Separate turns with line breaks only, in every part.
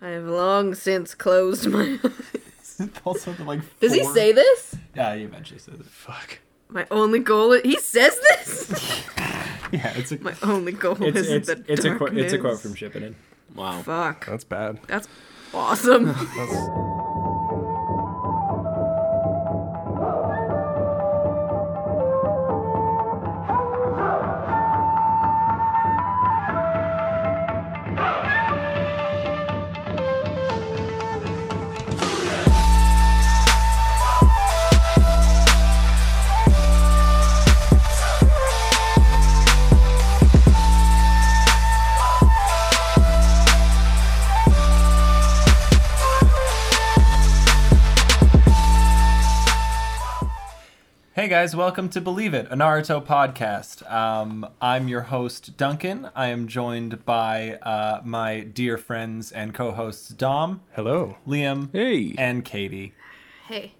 have long since closed my eyes.
Paul said that like.
Does he
four-
say this?
Yeah, he eventually says it.
Fuck.
My only goal is. He says this?
Yeah, it's a.
my only goal
It's
is.
it's
the
it's a quote it's a quote
darkness.
from Shippuden. Wow.
Fuck.
That's bad.
That's awesome.
Hey guys, welcome to Believe It, a Naruto podcast. Um, I'm your host Duncan. I am joined by uh, my dear friends and co-hosts Dom,
Hello.
Liam,
Hey.
and Katie.
hey.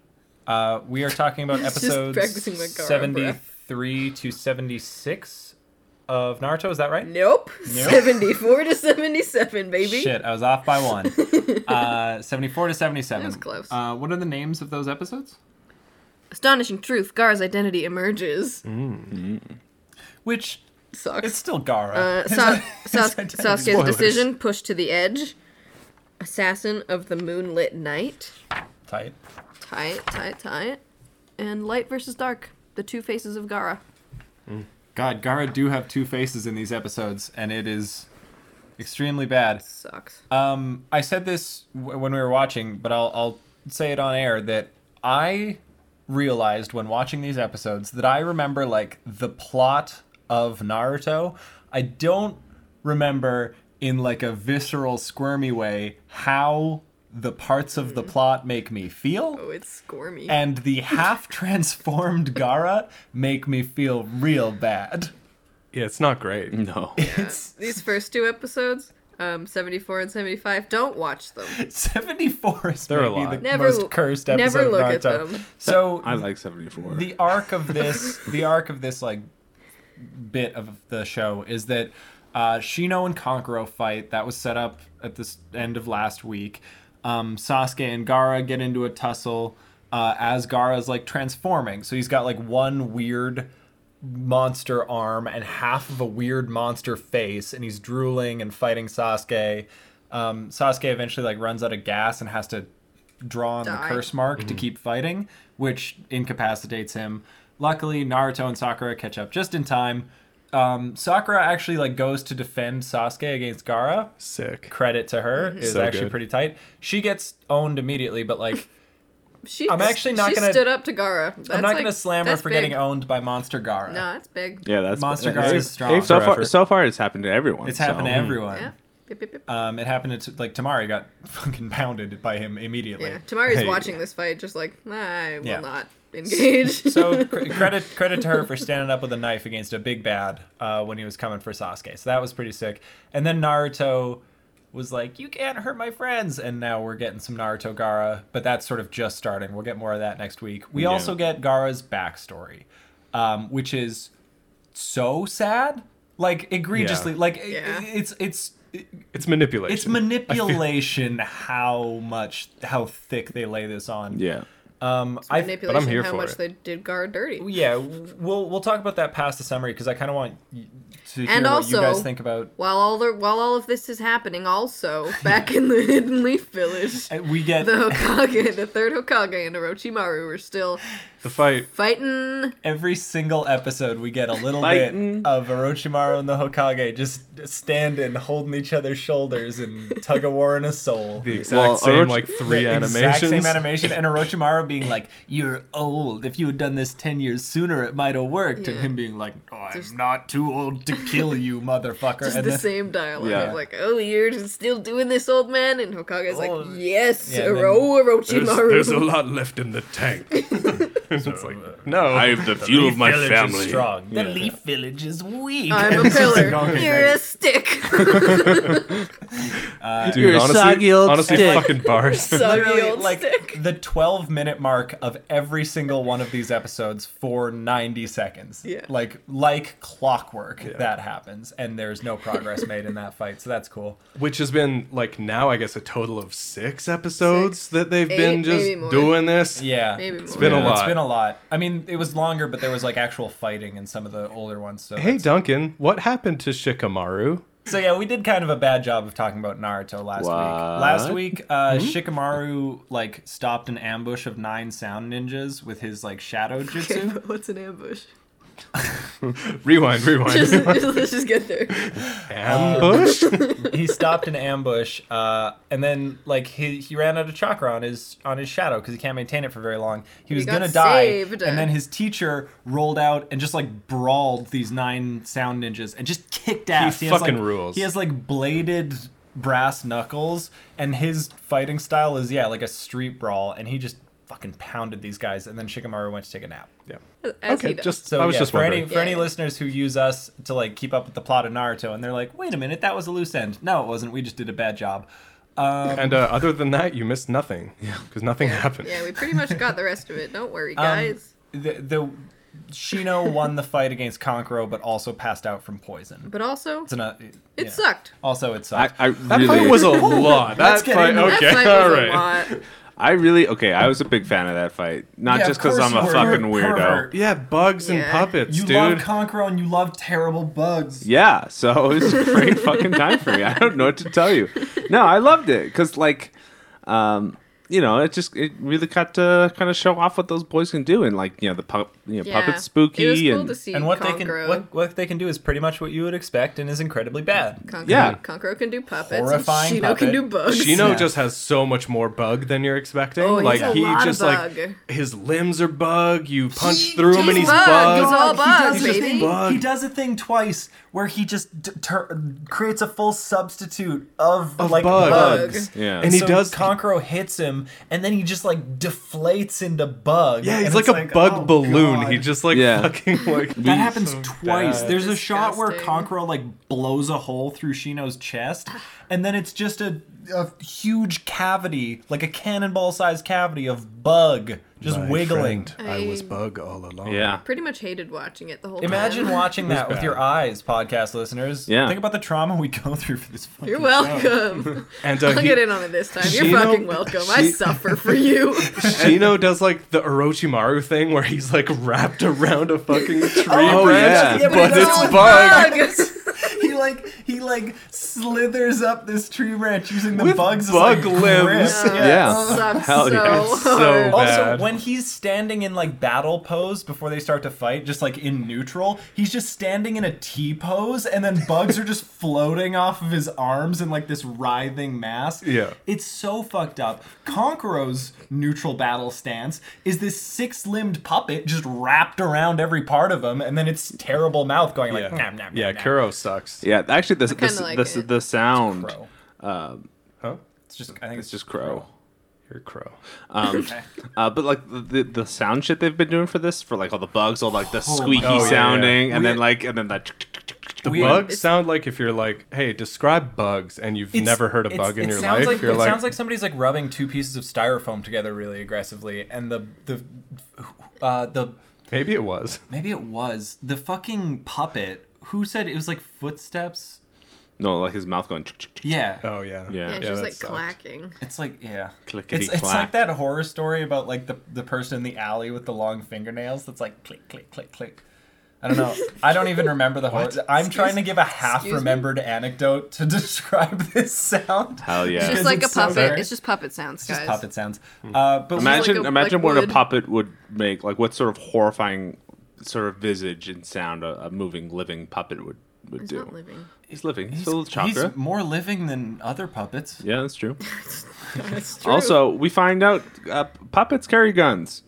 Uh, we are talking about
Just
episodes
practicing my Gaara breath.
73 to 76 of Naruto. Is that right?
Nope. 74 to 77, baby.
Shit, I was off by one. uh, 74 to 77.
That was close.
Uh, what are the names of those episodes?
Astonishing truth Gar's identity emerges.
Mm.
Which
Sucks.
it's still Gara.
Uh,
His-
Sa-
his
Sas-
identity-
Sasuke's
Spoilers.
decision pushed to the edge. Assassin of the moonlit night.
Tight.
Tie it, tie it, tie it. And light versus dark. The two faces of Gara.
God, Gara do have two faces in these episodes, and it is extremely bad.
Sucks.
Um, I said this w- when we were watching, but I'll, I'll say it on air that I realized when watching these episodes that I remember like the plot of Naruto. I don't remember in like a visceral, squirmy way how the parts of the
Mm-hmm.
plot make me feel
Oh, it's squirmy.
and the half transformed Gara make me feel real bad.
Yeah, it's not great.
No.
It's
These first two episodes, um, 74 and 75, don't watch them.
74 is
They're a
maybe
lot.
the
Never-
most cursed episode
never look
of
at
Naruto.
them.
So
I like 74.
the arc of this the arc of this like bit of the show is that uh, Shino and Konkuro fight that was set up at the s- end of last week. Um, Sasuke and Gara get into a tussle uh, as Gaara's like transforming. So he's got like one weird monster arm and half of a weird monster face, and he's drooling and fighting Sasuke. Um, Sasuke eventually like runs out of gas and has to draw on
Die.
the curse mark
Mhm.
to keep fighting, which incapacitates him. Luckily, Naruto and Sakura catch up just in time. Um, Sakura actually like goes to defend Sasuke against Gara.
Sick.
Credit to her
Mm-hmm.
is
So
actually
good.
pretty tight. She gets owned immediately, but like
She,
I'm actually not
she
gonna-
stood up to Gara. That's
I'm not
like-
gonna slam her
that's
for
big.
getting owned by Monster Gara.
No, that's big.
yeah, that's
Monster
that's-
Guard is strong.
So far,
Effort.
so far, it's happened to everyone.
It's happened to
so-
Hmm.
everyone.
Yeah. Bip, bip, bip.
Um, it happened to like Tamari got fucking pounded by him immediately.
Yeah, Tamari's
Hey.
watching this fight, just like I will
Yeah.
not engage.
so cr- credit credit to her for standing up with a knife against a big bad uh, when he was coming for Sasuke. So that was pretty sick. And then Naruto was like, "You can't hurt my friends," and now we're getting some Naruto Gara, but that's sort of just starting. We'll get more of that next week. We
Yeah.
also get Gara's backstory, um, which is so sad, like egregiously, like it-
Yeah.
it's it's.
It's manipulation.
It's manipulation how much how thick they lay this on.
Yeah.
Um I
Manipulation.
here
how
for
much
it.
they did Gara dirty.
yeah, we'll we'll talk about that past the summary because I kind of want y- to hear
And
what you guys
also-
think about.
While all the while all of this is happening, also back in the Hidden Leaf Village,
Uh, We get
the Hokage, the third Hokage, and Orochimaru were still
the fight.
fighting.
every single episode. We get a little
Fightin'.
bit of Orochimaru and the Hokage just standing, holding each other's shoulders, and tug of war in a soul.
The
The
exact
Well,
same
Orochi-
like three
Exact
animations.
same animation, and Orochimaru being like, "You're old. If you had done this ten years sooner, it might have worked." And
Yeah.
him being like, oh, "I'm
Just-
not too old to kill you, motherfucker."
Just
and
the
then-
same dialogue
Yeah.
of like, "Oh, you're just still doing this, old man," and Hokage's
Oh.
like, "Yes,
Yeah, and
Oro
There's,
Orochimaru."
there's a lot left in the tank. it's like, no.
I have the fuel of my
village is
family.
strong. The leaf village is weak.
I'm a pillar.
Donkey
You're a stick.
Dude,
You're a
honestly,
soggy old
honestly,
stick.
fucking bars.
Soggy
literally
old
like
stick.
the 12 minute mark of every single one of these episodes for 90 seconds
Yeah.
like like clockwork that happens and there's no progress made in that fight so that's cool
Which has been like now, I guess, a total of six episodes
Six,
that they've
eight,
been
maybe more.
just doing this.
yeah
Maybe more.
been a
Yeah,
lot.
it's been a lot i mean it was longer but there was like actual fighting in some of the older ones so
Hey,
that's-
Duncan, what happened to Shikamaru?
So yeah, we did kind of a bad job of talking about Naruto last
What?
week. Last week, uh,
Hmm?
Shikamaru like stopped an ambush of nine sound ninjas with his like shadow
Okay,
jutsu.
but what's an ambush?
Rewind, rewind.
Just, just- let's just get there.
Ambush?
he stopped an ambush, uh, and then like he he ran out of chakra on his on his shadow because he can't maintain it for very long. He was
got
gonna die,
saved.
and then his teacher rolled out and just like brawled these nine sound ninjas and just kicked ass. has,
fucking
like-
rules.
He has like bladed brass knuckles, and his fighting style is yeah like a street brawl, and he just fucking pounded these guys. And then Shikamaru went to take a nap.
yeah.
As he
Okay,
does.
just
So
I was
yeah,
just
for
wondering.
any for
Yeah,
any
yeah.
listeners who use us to like keep up with the plot of Naruto, and they're like, "Wait a minute, that was a loose end." No, it wasn't. We just did a bad job. Um,
And uh, other than that, you missed nothing because nothing happened.
Yeah, we pretty much got the rest of it. Don't worry,
Um,
guys.
the, the Shino won the fight against Konkoro, but also passed out from poison.
but also,
It's an, uh,
it
yeah.
sucked.
Also, it
I,
sucked.
I
that
really
fight was a lot.
Let's
That
get
fight,
into
okay,
that fight
all
was
right.
a lot.
I really okay. I was a big fan of that fight, not
Yeah, of
just because
course
I'm a
you were.
fucking
You're a
weirdo.
pervert.
Yeah, bugs and
Yeah.
puppets,
you
dude.
love Konkoro and you love terrible bugs.
Yeah, so it was a great fucking time for me. I don't know what to tell you. No, I loved it because, like, um, you know, it just it really got to kind of show off what those boys can do, and like, you know, the pup, you know,
Yeah.
puppet spooky
It was cool
and
to see
And what they
Conqueror.
can what, what they can do is pretty much what you would expect, and is incredibly bad.
Conqueror,
Yeah.
Conqueror can do puppets.
Horrifying
and Shino can
puppet.
do bugs.
Shino
Yeah.
just has so much more bug than you're expecting.
Oh, he's
like
a
he
lot of
just
bug.
like his limbs are bug. You punch through him and
he's
he's
bug.
bug.
He's all bug,
He does,
He's
a
just
baby.
bug.
thing, he does a thing twice where he just d- tur creates a full substitute of,
Of
like
bug.
bugs.
yeah,
And he-
so
does-
Conqueror hits him, and then he just like deflates into bug.
yeah, he's
and
like
it's
a bug
oh,
balloon.
God.
He just like
Yeah.
fucking like.
that happens twice.
bad.
There's a shot where
Disgusting.
Conqueror like blows a hole through Shino's chest, and then it's just a, a huge cavity, like a cannonball-sized cavity of bug just
My
wiggling.
friend, I was
I-
bug all along.
yeah.
Pretty much hated watching it the whole time.
Imagine watching that with
bad.
your eyes, podcast listeners.
Yeah.
Think about the trauma we go through for this fucking
You're
show.
welcome.
And uh,
I'll
he,
get in on it this time. You're
Shino-
fucking welcome. I
Shi-
suffer for you.
Shino does like the Orochimaru thing where he's like wrapped around a fucking tree
Oh,
branch,
yeah.
but
Yeah, but
it's
it's
bug.
he like he like slithers up this tree branch using the
With
bugs
bug
as like grips.
limbs.
Yeah.
Yeah.
Sucks
Hell
so
yeah.
hard.
So
Also,
bad.
when he's standing in like battle pose before they start to fight, just like in neutral, he's just standing in a T pose, and then bugs are just floating off of his arms in like this writhing mass.
Yeah.
it's so fucked up. Conqueror's neutral battle stance is this six-limbed puppet just wrapped around every part of him, and then its terrible mouth going like, nom, nom, nom,
yeah,
nom.
Kuro sucks.
yeah. Actually, the the,
like
the,
it.
the sound
Crow.
Huh?
It's eh, just I think
it's just crow.
You're Crow.
Uh, but like the, the the sound shit they've been doing for this, for like all the bugs, all like the squeaky
God. Oh, yeah,
sounding,
yeah.
and then
We-
like and then that.
The
Weird.
bugs
It's-
sound like if you're like, hey, describe bugs, and you've
It's-
never heard a
it's-
bug in
it
your
sounds
life.
Like,
you're
it
like,
sounds like somebody's like rubbing two pieces of styrofoam together really aggressively, and the the uh, the
maybe it was.
maybe it was the fucking puppet who said it was like footsteps.
No, like his mouth going.
Yeah,
Oh yeah.
Yeah.
Yeah,
Yeah,
she was
that
like
sucked.
clacking.
it's like yeah,
Clickety
it's, it's
clack.
like that horror story about like the the person in the alley with the long fingernails. That's like click click click click. I don't know. I don't even remember the horror. I'm trying to give a half
Excuse me?
remembered anecdote to describe this sound.
Hell yeah. Hmm.
It's
Because
just like a
it's so
puppet.
very-
it's just puppet sounds,
just
guys.
puppet sounds. Uh, but we-
Imagine,
like a-
imagine
like
what
wood.
a puppet would make. Like what sort of horrifying sort of visage and sound a, a moving, living puppet would would
He's
do.
not living.
He's living. He's, still a chakra.
more living than other puppets.
Yeah, that's true.
That's true.
Also, we find out uh, puppets carry guns.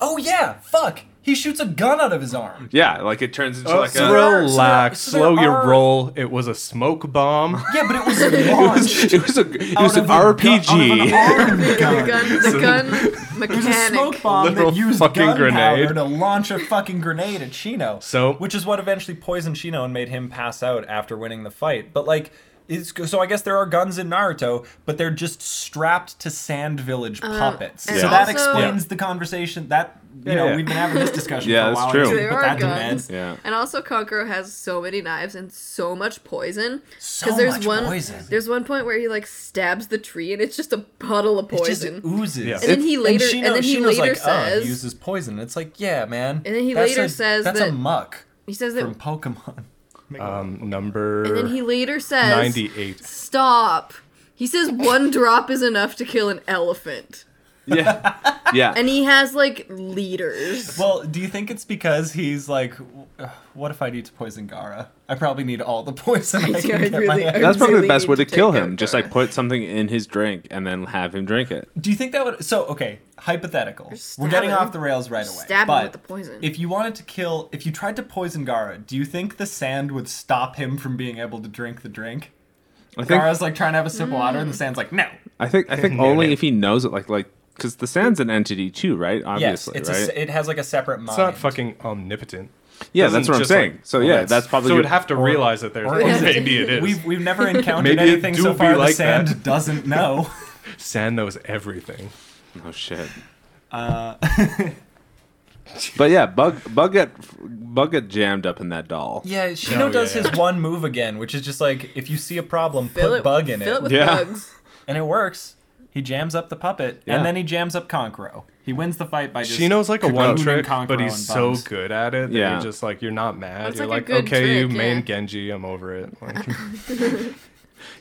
Oh yeah, fuck. He shoots a gun out of his arm.
Yeah, like it turns into
Uh,
like a.
there are-
relax,
so there
slow your
are-
roll. It was a smoke bomb.
Yeah, but it was
It
launched.
was, it was a it
out
was
of
an
a gu-
RPG.
out of an armed
The
gun.
gun, the gun
There's a smoke
mechanic.
bomb
Literal
that used
fucking
gunpowder
grenade.
to launch a fucking grenade at Chino.
So-
which is what eventually poisoned Chino and made him pass out after winning the fight. But like, it's so I guess there are guns in Naruto, but they're just strapped to Sand Village puppets.
Uh, and
So that
also-
explains the conversation. That you know
yeah.
we've been having this discussion.
Yeah,
for a
that's
while.
true.
I should
There
put
are
that to
guns.
bed.
Yeah.
And also Conqueror has so many knives and so much poison.
So
there's
much
one
poison.
there's one point where he like stabs the tree and it's just a puddle of
It just
poison.
oozes.
Yeah.
And then he later- and then he
Shino's
later
like, "Oh, he
says-
uses poison. It's like, yeah, man.
And then he
that's
later
a-
says
that's a
that-
muck
he says that
from Pokemon.
Um, number
and then he later says
98.
Stop. He says one drop is enough to kill an elephant.
yeah, yeah.
And he has like leaders.
Well, do you think it's because he's like, "Ugh, what if I need to poison Gara? I probably need all the poison I
Yeah,
can
I
get my
really-
hands."
That's probably
really
the best
need
way
to
to kill
take
him.
out
Just
Gara.
like put something in his drink and then have him drink it.
Do you think that would? So okay, hypothetical.
stab
We're getting
him.
off the rails right away.
Stab him
but
with the poison.
If you wanted to kill, if you tried to poison Gara, do you think the sand would stop him from being able to drink the drink?
I think
Gara's like trying to have a sip of water,
Mm.
and the sand's like, no.
I think I think
Yeah.
only if he knows it, like like because the sand's an entity too, right? Obviously,
yes, it's
right?
a, se- it has like a separate mind.
It's not fucking omnipotent.
yeah,
Doesn't
that's what I'm
just,
saying.
like-
so
well,
yeah, that's, probably
So
your-
it'd have to realize that there's
or- Yeah.
maybe it is.
We've we've never encountered
Maybe it
anything
do
so
be
far the
like
sand
that.
doesn't know.
Sand knows everything.
oh shit.
Uh,
but yeah, bug bug got bug got jammed up in that doll.
Yeah, Shino
yeah,
does
yeah.
his one move again, which is just like if you see a problem,
fill
put
it,
bug in
fill
it,
with
Yeah.
bugs.
and it works. He jams up the puppet,
Yeah.
and then he jams up Conqueror. He wins the fight by just.
Shino's like a
cocooning
one trick,
Conqueror
but he's
and
so
bums.
good at it that
Yeah.
you're just like, you're not mad.
That's
You're
like
like,
a good
okay, you
trick,
main
yeah.
Genji, I'm over it. Like,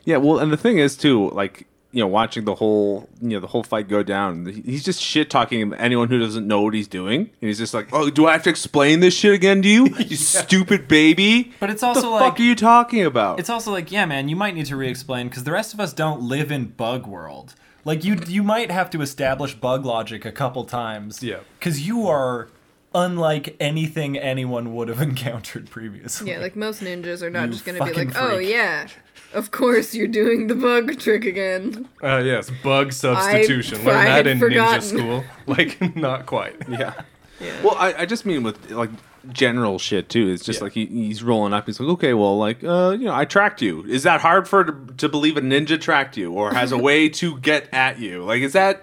Yeah, well, and the thing is too, like you know, watching the whole you know the whole fight go down, he's just shit talking anyone who doesn't know what he's doing, and he's just like, "Oh, do I have to explain this shit again to you, you stupid baby?"
But it's
the
also
fuck
like
are you talking about?
it's also like yeah, man, you might need to re-explain because the rest of us don't live in Bug World. Like you, you might have to establish bug logic a couple times.
Yeah.
because you are unlike anything anyone would have encountered previously.
Yeah, like most ninjas are not
You
just gonna be
fucking
like, oh
freak."
yeah, of course you're doing the bug trick again.
uh, yes, bug substitution. Learn
I
that
had
in
forgotten.
ninja school. Like, not quite.
yeah.
Yeah.
Well, I, I just mean with like general shit too. It's just
Yeah.
like he, he's rolling up. He's like, okay, well, like uh, you know, I tracked you. Is that hard for to, to believe a ninja tracked you or has a way to get at you? Like, is that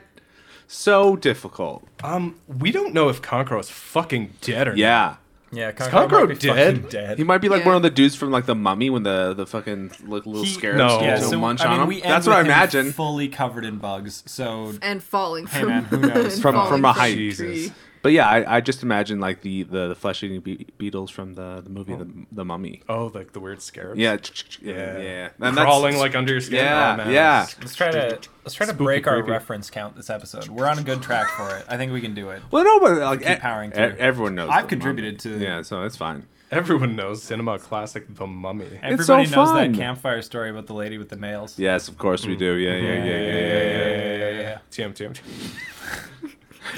so difficult?
Um, we don't know if Conqueror is fucking dead or not.
Yeah,
yeah.
Conqueror
might be
dead?
fucking dead.
he might be like
Yeah.
one of the dudes from like the Mummy when the the fucking like little
He-
scarabs
No.
get
Yeah,
to
so
munch
I mean,
on
we
him.
end
That's what I
with him
imagine.
Fully covered in bugs. So
And falling
Hey,
from
man, who knows?
and
From-
falling
from a height.
tree.
Jesus.
but yeah, I, I just imagine like the the, the flesh eating be- beetles from the the movie the, the Mummy.
Oh, like the weird scarabs.
Yeah, yeah,
Yeah.
yeah.
Crawling like under your skin.
Yeah,
Oh, man.
yeah.
Let's try to let's try to
Spooky
break our
creepy.
reference count this episode. We're on a good track for it. I think we can do it.
Well, no, but like e-
powering
e-
through.
everyone knows.
I've
the
contributed
Mummy.
to-
Yeah, so it's fine.
Everyone knows cinema classic The Mummy.
It's
Everybody
so
knows
fun.
that campfire story about the lady with the nails.
Yes, of course we do. Yeah, yeah, yeah, yeah. yeah, yeah.
yeah.
TM, TM.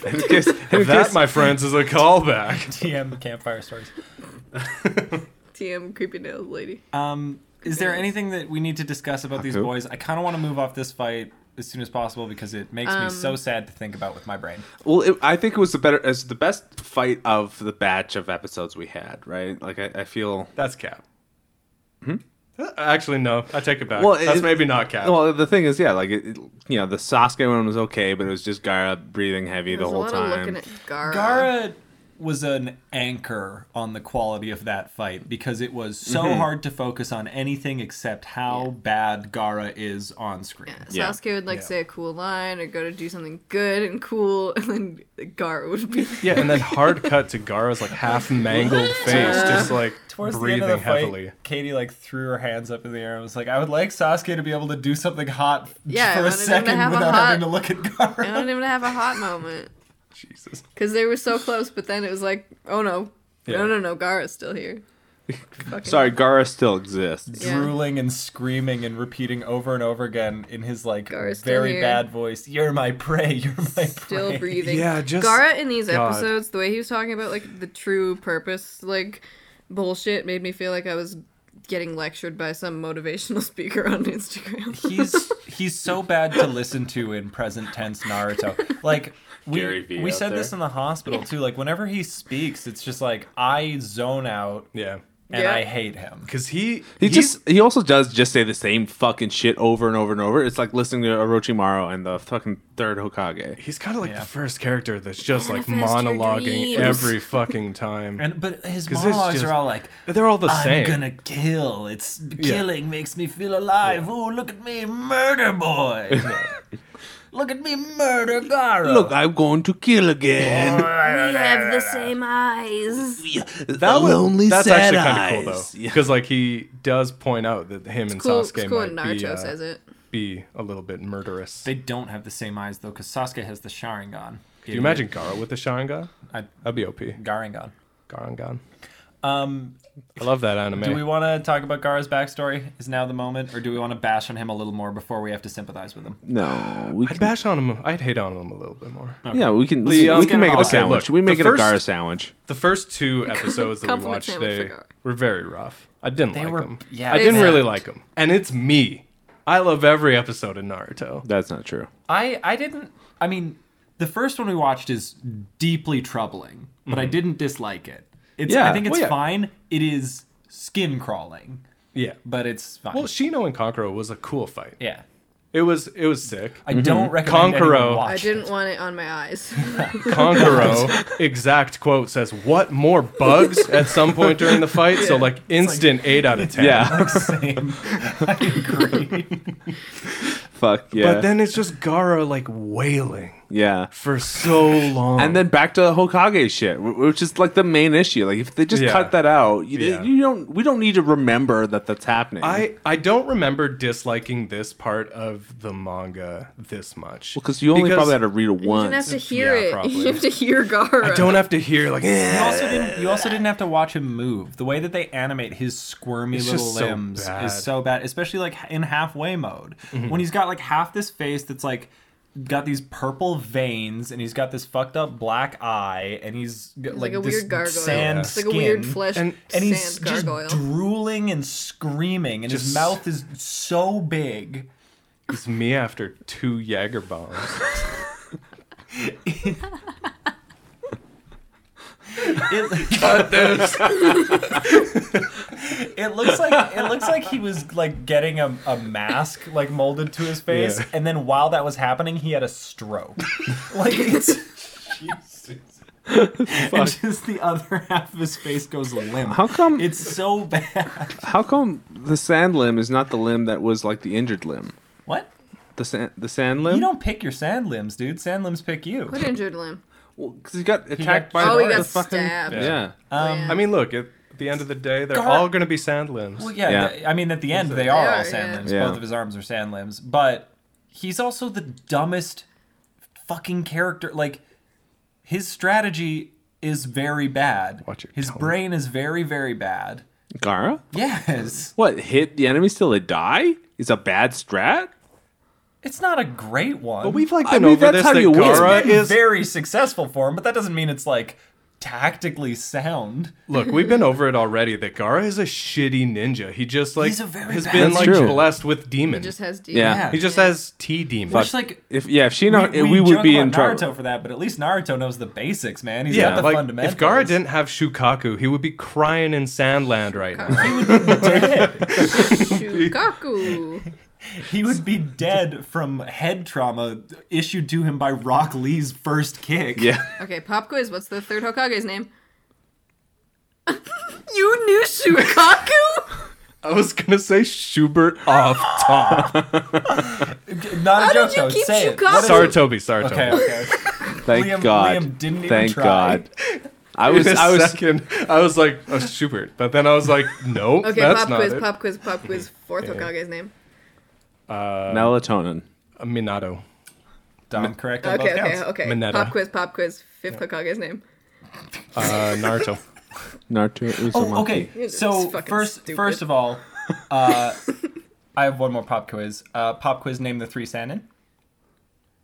In case, in
That,
case-
my friends, is a callback.
TM campfire stories.
TM creepy nails lady.
Um, is there anything that we need to discuss about these
Haku?
boys? I kind of want to move off this fight as soon as possible because it makes me
Um,
so sad to think about with my brain.
uh-huh.
well, it, I think it was the better, it's the best fight of the batch of episodes we had, right? Like I, I feel.
That's Cap. Uh, Actually, no. I take it back.
Well,
That's
it-
maybe not Cap.
Well, the thing is, yeah, like it, it- you know, the Sasuke one was okay, but it was just Gara breathing heavy the
There's a
whole
lot of
time.
looking at Gara.
Gara was an anchor on the quality of that fight because it was so
Mm-hmm.
hard to focus on anything except how
Yeah.
bad Gara is on screen.
Yeah.
Sasuke would like
Yeah.
say a cool line or go to do something good and cool, and then Gara would be.
yeah, and then hard cut to Gara's like half mangled face, just like
Towards
breathing
the end of the fight,
heavily.
Katie like threw her hands up in the air and was like, "I would like Sasuke to be able to do something hot
Yeah, I wanted
for a
him to
second
have a
without
hot-
having to look at
I
Gara."
don't even have a hot moment
Jesus.
because they were so close, but then it was like, oh no,
Yeah.
no, no, no, Gara's still here. Fucking-
Sorry, Gara still exists.
Yeah.
drooling and screaming and repeating over and over again in his like
Gara's still
very
here.
bad voice. You're my prey. You're my prey.
Still breathing.
Yeah, just-
Gara in these
God.
episodes, the way he was talking about like the true purpose, like bullshit, made me feel like I was getting lectured by some motivational speaker on Instagram.
He's he's so bad to listen to in present tense Naruto. Like we
Gary Vee
we
out
said this
there.
in the hospital too. Like whenever he speaks, it's just like I zone out
Yeah.
and
Yeah.
I hate him.
Because he,
He
he's-
just he also does just say the same fucking shit over and over and over. It's like listening to Orochimaru and the fucking third Hokage.
he's kind of like
Yeah.
the first character that's just like
Manifest your
monologuing
dreams.
every fucking time.
And but his
'Cause it's
monologues
just-
are all like
they're all the
I'm
same.
gonna kill. It's killing makes me feel alive. Ooh, look at me, murder boy. look at me, murder Gara.
Look, I'm going to kill again.
we have the same eyes.
that
was-
lonely
That's
sad
actually kind of cool though,
eyes. Yeah.
because like he does point out that him and
Cool, it's
Sasuke
cool when
might
Naruto
be, uh,
says it.
be a little bit murderous.
They don't have the same eyes though, because Sasuke has the Sharingan.
Do you imagine Gara with the Sharingan?
I,
That'd be OP.
Garingan.
Garangan.
Um,
I love that anime.
do we want to talk about Gara's backstory? Is now the moment, or do we want to bash on him a little more before we have to sympathize with him?
No, we
I'd
can,
bash on him. I'd hate on him a little bit more.
yeah, we can
The, um,
we can make it a
okay,
sandwich.
look,
we make
the
it
first-
a Gara sandwich.
The first two episodes that we
Compliment
watched,
sandwich
they
for Gara.
were very rough. I didn't like
were-
them.
yeah,
I
they
didn't really
sucked.
like them. And it's me. I love every episode of Naruto.
That's not true.
I I didn't. I mean, the first one we watched is deeply troubling, but I didn't dislike it. It's, I
Yeah,
think it's
well, yeah.
fine. It is skin crawling,
Yeah.
but it's fine.
Well, Shino and Konkoro was a cool fight.
yeah,
It was it was sick.
I don't recommend
Konkoro.
anyone watch
I
it.
didn't want it on my eyes.
Konkoro exact quote says, "What more bugs?" at some point during the fight. So like instant 8 out of 10.
Yeah,
Same. I agree.
fuck yeah,
But then it's just Gara like wailing
yeah.
for so long.
And then back to the Hokage shit, wh- which is like the main issue. Like if they just
Yeah.
cut that out, you,
Yeah.
you don't. We don't need to remember that that's happening.
I, I don't remember disliking this part of the manga this much.
because you only probably had to read it
you didn't have
once.
to hear
Yeah,
it.
probably.
You have to hear Gara.
I don't have to hear like
You also didn't. You also didn't have to watch him move. The way that they animate his squirmy
It's
little
just so
limbs
bad. Mm-hmm.
is so bad, especially like in halfway mode when he's got like half this face that's like got these purple veins and he's got this fucked up black eye and he's got,
It's
like,
like, a
this
weird gargoyle.
sand
it's like
skin
a weird flesh
And-
and he's
sand
just
gargoyle.
drooling and screaming and his
Just-
mouth is so big.
it's me after two Jager bombs.
It, It looks like it looks like he was like getting a, a mask like molded to his face,
Yeah.
and then while that was happening, he had a stroke. like it's and just the other half of his face goes limp.
How come?
It's so bad.
How come the sand limb is not the limb that was like the injured limb?
What?
The sand, the sand limb.
You don't pick your sand limbs, dude. Sand limbs pick you.
What Um, injured limb?
because he got
got-
attacked by
Oh,
the,
he got
the fucking.
stabbed.
Yeah.
Yeah.
I mean, look, at the end of the day, they're
Gar-
all going to be sand limbs.
Well, yeah.
Yeah.
th- I mean, at the end, they are all
are,
sand
yeah.
limbs.
Yeah.
Both of his arms are sand limbs. But he's also the dumbest fucking character. Like, his strategy is very bad.
Watch your
his
tone.
brain is very, very bad.
Gara.
Yes.
What hit the enemy till they die is a bad strat.
It's not a great one.
But we've like
I
been
mean,
over
that's
this
how
that
you win.
Gara
it's been
is.
very successful for him, but that doesn't mean it's, like, tactically sound.
Look, we've been over it already. That Gara is a shitty ninja. He just like
He's a very
has
bad
been
That's
like
true.
blessed with demon.
Just has D.
Yeah.
Yeah.
he just has T demon.
Which, like...
If yeah, if she not,
we,
we,
we
would
joke
be
about
in
Naruto
trouble.
for that, but at least Naruto knows the basics, man. He's got
yeah,
the
like
fundamentals.
if Gara didn't have Shukaku, he would be crying in Sandland right now.
Shukaku.
He would be dead from head trauma issued to him by Rock Lee's first kick.
Yeah.
Okay, pop quiz. What's the third Hokage's name? you knew Shukaku?
I was gonna say Schubert off top.
Not a
How
joke,
did you
though.
keep
Say it.
Chicago?
What is
Sorry,
it?
Toby. Sorry, Toby.
Okay, okay.
Thank
Liam-
God.
Liam didn't even
Thank
try.
God. I was.
In a
I was.
second, I was like, oh, Schubert, but then I was like, no,
Okay,
that's
pop
not
quiz,
it.
pop quiz, pop quiz. Fourth Hokage's name.
Melatonin.
Uh, Minato.
Dom, correct. on
Okay,
both
okay,
counts.
okay.
Mineta.
Pop quiz, pop quiz. Fifth Hokage's name.
Uh, Naruto.
Naruto Uzumaki.
Oh, okay.
You're just
So
fucking
first,
stupid.
first of all, uh, I have one more pop quiz. Uh, pop quiz: Name the three Sanin.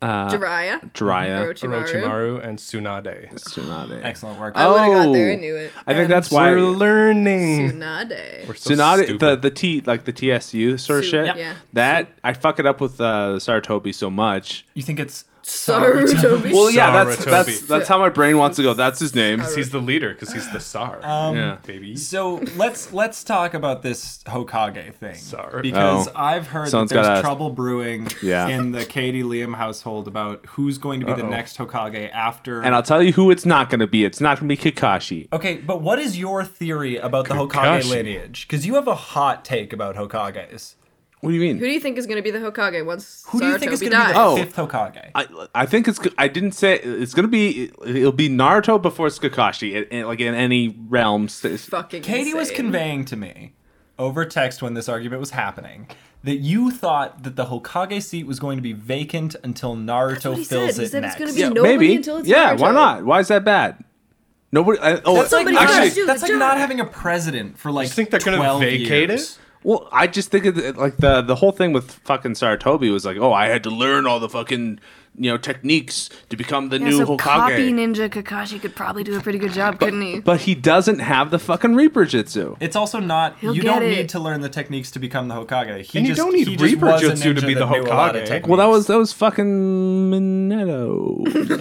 Jiraiya.
Jiraiya,
Orochimaru.
Orochimaru and Tsunade.
Tsunade.
Excellent work.
I would have got there. I
Oh.
knew it.
I think
And
that's why
We're learning.
Tsunade.
We're so
Tsunade,
stupid.
the the T like the TSU sort of
Su-
shit.
yeah.
That I fuck it up with uh, Saratobi so much.
you think it's
Sarutobi.
Well, yeah, that's
Sarutobi.
that's that's how my brain wants to go. That's his name.
he's the leader because he's the Tsar.
Um,
yeah.
baby.
So let's let's talk about this Hokage thing
Sorry.
because
Oh.
I've heard
Someone's
that there's
gotta ask.
trouble brewing
Yeah.
in the Katie Liam household about who's going to be the
Uh-oh.
next Hokage after.
And I'll tell you who it's not going to be. It's not going to be Kakashi.
okay, but what is your theory about the Hokage
Kakashi.
lineage? Because you have a hot take about Hokages.
What do you mean?
Who do you think is going to be the Hokage once
Who do you think is
Sarutobi
going to
dies?
be the
Oh.
fifth Hokage?
I, I think it's I didn't say it's gonna be it'll be Naruto before it's Kakashi in- in- like in any realm. st-
Fucking
Katie was
insane.
conveying to me over text when this argument was happening that you thought that the Hokage seat was going to be vacant until Naruto
what he
fills
said. He
it
said it's
next.
gonna be-
Yeah,
nobody
maybe.
until it's
yeah, why
Naruto.
not? Why is that bad? Nobody. I, oh,
that's like,
Somebody
not-
has to
actually,
do the
that's like
job.
not having a president for like.
You think they're gonna
12
vacate
years.
it?
well, I just think of the, like the the whole thing with fucking Saratobi was like, oh, I had to learn all the fucking you know techniques to become the
Yeah,
new
so
Hokage.
copy Ninja Kakashi could probably do a pretty good job, couldn't he?
but he doesn't have the fucking Reaper Jutsu.
It's also not.
He'll
you
get
don't
it.
need to learn the techniques to become the Hokage. He
And you
just,
don't need
he just
Reaper
was a
Jutsu to
ninja
be the
that knew a lot of
Hokage.
techniques.
Well, that was that was fucking Minato.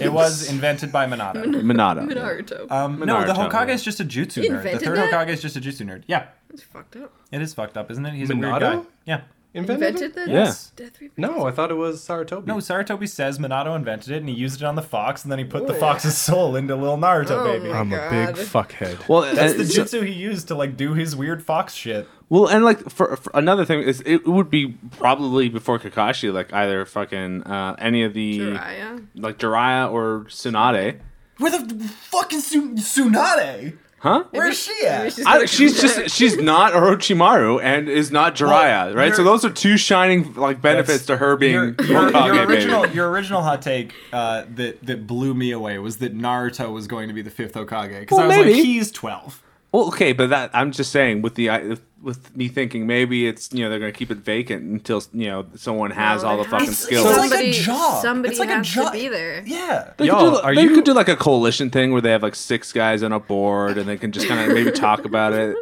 it was invented by Minato.
Minato.
Naruto.
Um, no, the
Minato,
Hokage
yeah.
is just a jutsu
He
nerd. The
invented
third
that?
Hokage is just a jutsu nerd. Yeah,
It's fucked up.
it is fucked up, isn't it? He's a
Minato?
weird guy. Yeah.
Invented the
Yeah.
Death Reaper?
No, I thought it was Saratobi.
No, Saratobi says Minato invented it and he used it on the fox and then he put the
Ooh.
fox's soul into little Naruto,
Oh
baby.
my-
I'm a big fuckhead.
Well,
That's
and-
the
so-
jutsu he used to like do his weird fox shit.
Well, and like for, for another thing is it would be probably before Kakashi, like either fucking uh, any of the
Jiraiya.
like Jiraiya or Tsunade,
Where the fucking Su- Tsunade?
huh?
Where is she
Maybe
at?
she's
I,
like-
she's just she's not Orochimaru and is not Jiraiya,
Well,
right? So
you're-
those are two shining like benefits to her being
Your, your,
Hokage,
your original,
baby.
your original hot take uh, that that blew me away was that Naruto was going to be the fifth Hokage because
Well,
I was
maybe.
like, he's twelve.
Well, okay, but that I'm just saying with the I- with me thinking maybe it's you know they're gonna keep it vacant until you know someone has
No,
all the
they have to-
fucking skills.
It's
Somebody-
like a job.
somebody
it's like
has
a
to
job.
be there.
Yeah.
They
Y'all,
could do,
are
they
you-
could do like a coalition thing where they have like six guys on a board and they can just kind of maybe talk about it,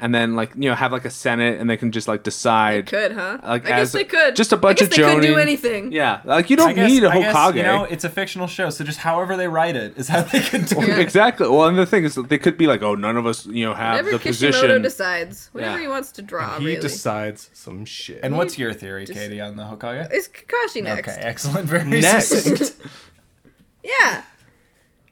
and then like you know have like a senate and they can just like decide.
Could, huh?
Like
I guess
as-
they could.
Just a bunch
I guess
of
they could do
jonin.
anything.
Yeah, like you don't
I guess,
need a
I guess,
Hokage.
you know, it's a fictional show, so just however they write it is how they can do it.
Yeah.
Exactly. Well, and the thing is, that they could be like, oh, none of us you know have
Whatever
the
Kishimoto
position.
decides, whatever
Yeah.
he wants to draw,
he
really.
decides some shit.
And what's your theory, Katie, on the Hokage?
Is Kakashi next?
Okay, excellent. Very
Next.
succinct.
Yeah.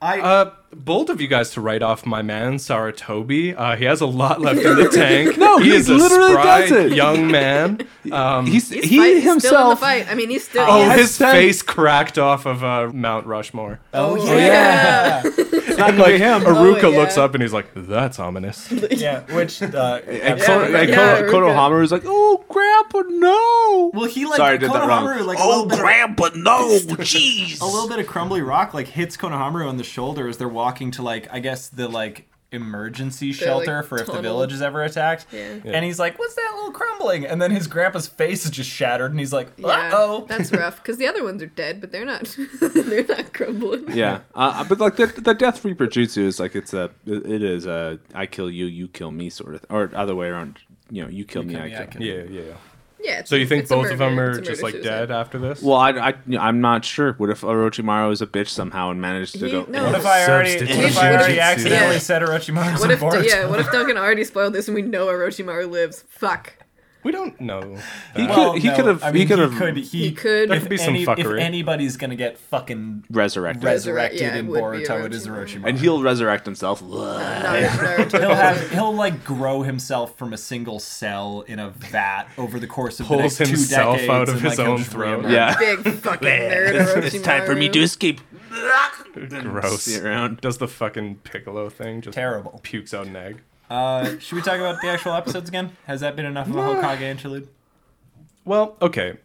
I
uh, bold of you guys to write off my man Saratobi. Uh, he has a lot left in the tank.
No,
he
he
is a
literally
spry
doesn't.
young man. Um,
He's,
He's
he
fight-
himself.
still in the fight. I mean, he's still.
oh,
yeah.
has
his
said-
face cracked off of uh, Mount Rushmore.
oh,
yeah. It's not gonna
like
be him.
Aruka
Oh, yeah.
looks up and he's like, "That's ominous."
yeah, which uh,
And Kono-
Yeah,
and
yeah,
Kono-
Aruka.
Konohamaru's like, oh, Grandpa, no.
well, he like
Sorry, I did that wrong.
Konohamaru like a
oh,
little bit. Of,
Grandpa, no, jeez.
a little bit of crumbly rock like hits Konohamaru on the shoulder as they're walking to like I guess the like emergency
like,
shelter for if the
tunnel.
village is ever attacked.
Yeah.
And he's like, "What's that little crumbling?" And then his grandpa's face is just shattered, and he's like,
Yeah,
"Uh oh."
that's rough because the other ones are dead, but they're not. they're not crumbling.
Yeah, uh, but like the, the Death Reaper Jutsu is like it's a it is a I kill you, you kill me sort of, th- or other way around. You know, you kill me,
kill
I
me,
kill.
I kill
you.
yeah, yeah.
Yeah. it's-
So you think
it's a
both of them
murder.
are
It's a
just like
murder-suicide.
dead after this?
Well, I, I am not sure. What if Orochimaru is a bitch somehow and managed to
He-
go?
no.
What if I already, what if I
Substitution.
already
Yeah.
accidentally
Yeah.
said Orochimaru's
What
on
if?
board?
yeah. What if Duncan already spoiled this and we know Orochimaru lives? Fuck.
we don't know.
He
that.
could- he could have-
I
he
mean,
could have-
could-
He could- There
if
could be some
any,
fuckery.
If anybody's gonna get fucking
Resurrected,
resurrected
yeah, it
in
would be
Boruto, it is
Orochimaru.
Orochimaru.
and he'll resurrect himself. Uh,
Naruto- Naruto-
He'll have he'll like grow himself from a single cell in a vat over the course of the
Pulls
next two
himself
decades
out of
and,
his
like, he'll
own
just
throat.
reemerge.
yeah,
Big fucking nerd Orochimaru.
it's time for me to escape.
Gross.
See around.
Does the fucking piccolo thing just
Terrible.
pukes out an egg?
Uh, should we talk about the actual episodes again? Has that been enough of a Hokage interlude?
Well, okay.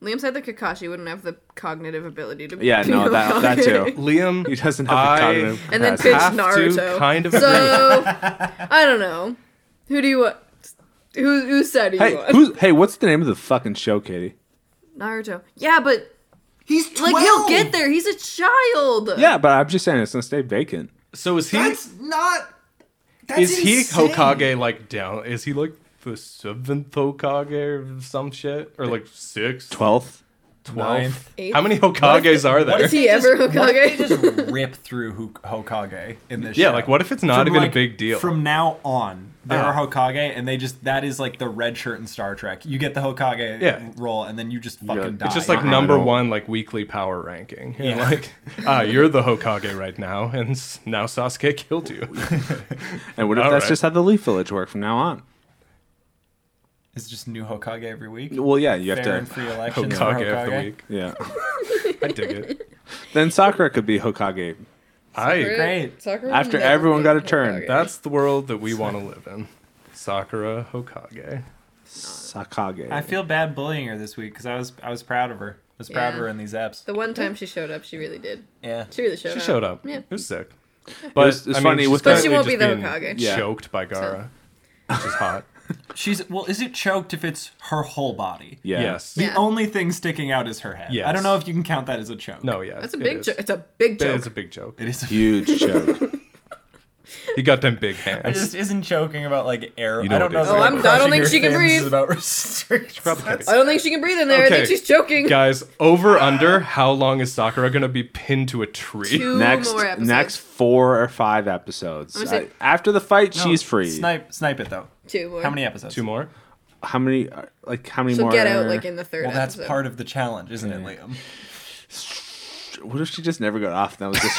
Liam said that Kakashi wouldn't have the cognitive ability to be.
Yeah, no, that- that too.
Liam,
He doesn't have the
I
cognitive
And then
capacity.
pitch
Have to
Naruto.
kind of
So I don't know. Who do you want? Who who said he
Hey,
want?
who's, hey, what's the name of the fucking show, Katie?
Naruto. Yeah, but
He's
like
12.
he'll get there. He's a child.
Yeah, but I'm just saying it's gonna stay vacant.
so is he?
That's not. That's
Is he
insane.
Hokage like down? Is he like the seventh Hokage or some shit, or like sixth,
Twelfth.
Ninth.
twelfth? How many Hokages are there?
Is he ever Hokage?
Just rip through Hu- Hokage in this.
Yeah,
show.
like what if it's not
From,
even
like,
a big deal?
From now on, there
Ah.
are Hokage, and they just that is like the red shirt in Star Trek. You get the Hokage
Yeah.
role, and then you just fucking
like-
die.
it's just like
Wow.
number
No.
one, like weekly power ranking. You're
Yeah.
Like, ah, you're the Hokage right now, and s- now Sasuke killed you.
And what if
All
that's
right.
just how the Leaf Village work from now on?
it's just new Hokage every week.
Well, yeah, you have
Fair and
to.
free elections. for
Hokage of the
Hokage.
week.
Yeah.
I dig it.
then Sakura could be Hokage.
I.
Great.
Sakura
After
never
everyone
be
got a turn.
Hokage.
That's the world that we want to live in. Sakura Hokage.
Sakage.
I feel bad bullying her this week because I was I was proud of her. I was proud of
Yeah.
her in these apps.
the one time she showed up. She really did.
Yeah.
She really showed
She
up.
showed up.
Yeah.
It was sick. But
was- it was
I mean,
funny
she's
with the- But
she won't be the
currently just being
Hokage.
Yeah.
Choked by Gara, which is hot.
She's well. Is it choked if it's her whole body?
Yeah.
Yes.
The
Yeah.
only thing sticking out is her head.
Yes.
I don't know if you can count that as a choke.
No. Yeah.
That's a
it
big.
is.
Jo- it's a big
It's a
joke.
big joke.
It is. A,
Huge joke.
He got them big
it
hands.
just isn't choking about like air.
You know
I don't
what
know.
it is.
if
Oh,
I'm- I don't
crushing
think
your
she can
fins
breathe.
Is about restriction.
I don't think she can breathe in there. I
Okay.
think she's choking.
Guys, over under. How long is Sakura gonna be pinned to a tree?
Two
next
more episodes.
next four or five episodes.
I'm gonna say-
I- after the fight, she's free.
Snipe, snipe it though.
two more.
How many episodes?
Two more.
How many? are- Like how many
She'll
more?
get out like in the third.
Well, that's
episode.
part of the challenge, isn't it, Liam?
What if she just never got off? and That was just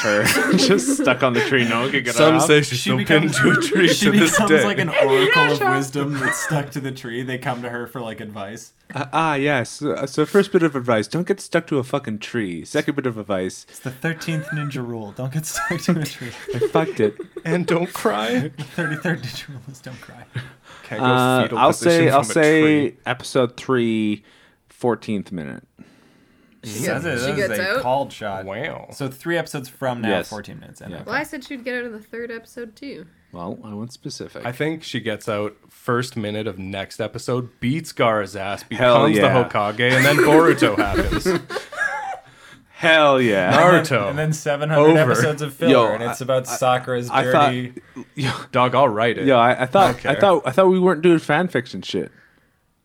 her, just stuck on the tree. No one could get
Some
off.
say she's still pinned to a tree
she
to this
becomes
day.
like an oracle of wisdom that's stuck to the tree. They come to her for like advice.
Uh, ah, yes. Uh, so first bit of advice: don't get stuck to a fucking tree. Second bit of advice:
It's the thirteenth ninja rule. Don't get stuck to a tree.
I fucked it.
and don't cry.
The thirty-third ninja rule is don't cry.
Can't go
Uh,
fetal
I'll
position
say. I'll
from a tree.
say episode three, 14th minute.
She gets, she gets out.
called shot.
Wow.
So three episodes from now,
Yes.
fourteen minutes. In.
Yeah.
Well, I said she'd get out of the third episode too.
Well, I want specific.
I think she gets out first minute of next episode, beats Gara's ass,
Hell
becomes
yeah.
the Hokage, and then Boruto happens.
Hell yeah.
And then-
Naruto.
And then seven hundred
Over.
episodes of filler,
Yo,
and it's about Sakura's
I thought-
dirty.
Dog, I'll write it.
Yo, I, I thought. I
care.
thought. I thought we weren't doing fan fiction shit.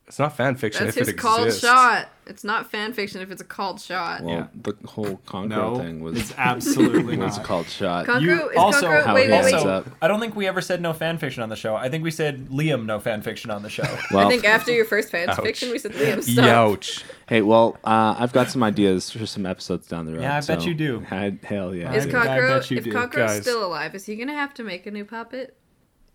It's not fan fiction
That's
if
his
it
called
exists.
shot. It's not fan fiction if it's a called shot.
Well,
Yeah.
the whole Conqueror thing was
it's absolutely
was
not.
called shot.
Conqueror
You
is
also,
Conqueror.
How
Wait,
it
wait, wait.
ends
also,
up.
I don't think we ever said no fan fiction on the show. I think we said Liam no fan fiction on the show.
Well,
I think after your first fan
Ouch.
fiction, we said Liam stop.
Youch.
hey, well, uh, I've got some ideas for some episodes down the road.
Yeah, I bet
so-
you do.
I- hell yeah. I
Is
do.
Con-
Conqueror
bet you
if
do,
Conqueror's
guys.
still alive, is he gonna have to make a new puppet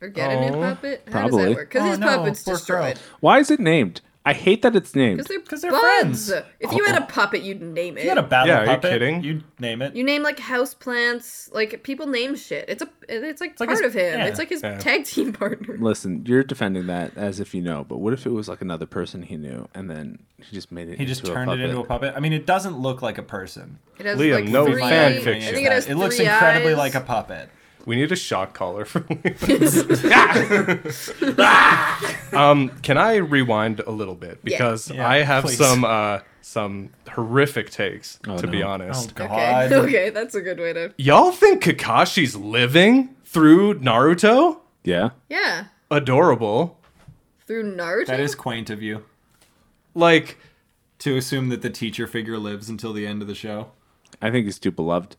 or get a new
Oh,
puppet? How does
probably.
that work? Because
Oh,
his
no,
puppet's
poor
destroyed.
girl.
Why is it named? I hate that it's named.
Because they're,
'Cause they're
buds.
friends.
If you had a puppet, you'd name it.
You had a battle
Yeah, are you
puppet.
kidding?
You'd name it.
You name like house plants, like people name shit. It's a, it's like
like
part
his-
of him.
yeah.
It's like his
Yeah.
tag team partner.
Listen, you're defending that as if you know, but what if it was like another person he knew and then he just made it
he just
into
turned
a
it
puppet?
into a puppet. I mean, it doesn't look like a person.
It has
Liam,
like
no
three,
fan
I
fiction.
think it has
looks
three
incredibly
eyes.
like a puppet.
We need a shock collar for um, can I rewind a little bit because
Yeah,
I have
please.
some uh, some horrific takes to be
Oh, no.
honest.
Okay. okay, that's a good way to.
Y'all think Kakashi's living through Naruto?
Yeah.
Yeah,
Adorable.
through Naruto.
That is quaint of you
Like
to assume that the teacher figure lives until the end of the show.
I think he's too beloved.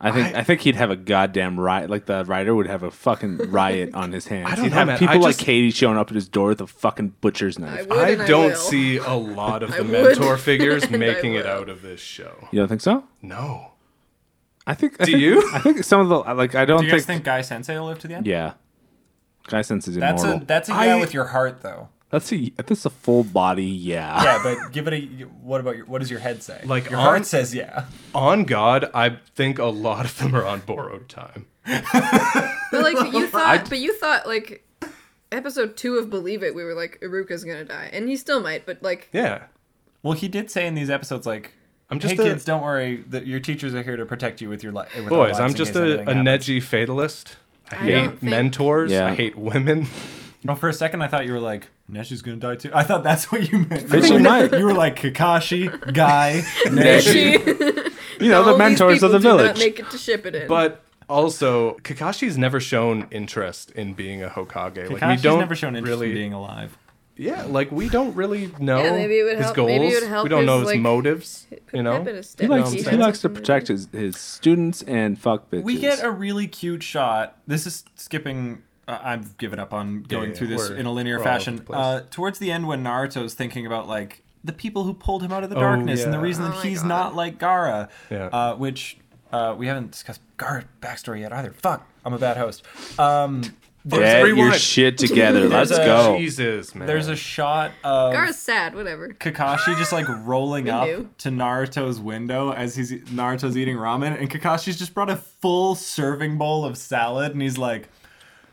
I think I, think he'd have a goddamn riot. Like the writer would have a fucking riot on his hands.
I don't
he'd
know,
have
man. I
people like
just-
Katie showing up at his door with a fucking butcher's
I
knife.
would
I
and
don't
will.
see a lot of
I
the
would,
mentor figures
and I
making it
will.
out of this show.
You don't think so?
No.
I think. I
Do
think-
you?
I think some of the like. I don't
Do you
think,
guys think Guy Sensei will live to the end?
Yeah. Guy sense is
That's
immortal.
a that's a yeah
I-
with your heart though.
That's a that's a full body. Yeah.
Yeah, but give it a what about your what does your head say?
Like,
your
on-
heart says yeah.
On God, I think a lot of them are on borrowed time.
But like you thought, but you thought like episode two of Believe It, we were like Iruka's gonna die, and he still might. But like
Yeah.
Well, he did say in these episodes, like,
I'm just
hey,
a-
kids, don't worry. That your teachers are here to protect you with your life.
Boys, I'm just a, a edgy fatalist. I
I
hate
don't think-
mentors.
Yeah.
I hate women.
Well, for a second, I thought you were like, Neshi's gonna die too. I thought that's what you meant.
Bitch, you might.
You were like Kakashi, Guy,
Neshi.
Neshi.
You know,
All
the
these
mentors
people
of the
do not
village.
make it to ship it in.
But also, Kakashi's never shown interest in being a Hokage. like we
Kakashi's
don't
never shown interest
really,
in being alive.
Yeah, like we don't really know
Yeah, maybe it would
his
help-
goals.
maybe it would help
we don't
his,
know his
like,
motives. You know,
Pepin is
He
dead.
You
likes,
know what I'm
he
saying?
likes to protect his, his students and fuck bitches.
We get a really cute shot. This is skipping. Uh, I've given up on going
yeah,
through this
we're-
in a linear
we're all over
fashion.
the place.
Uh, towards the end, when Naruto's thinking about like the people who pulled him out of the
Oh,
darkness and the
yeah.
reason
Oh
that
my
he's
God.
not like Gara,
Yeah.
uh, which uh, we haven't discussed Gara's backstory yet either. Fuck, I'm a bad host. Um,
Get your
Rewind.
shit together. Let's
a-
go.
Jesus, man.
there's a shot of
Gara's sad. Whatever.
Kakashi just like rolling
We
up
knew.
to Naruto's window as he's Naruto's eating ramen, and Kakashi's just brought a full serving bowl of salad, and he's like,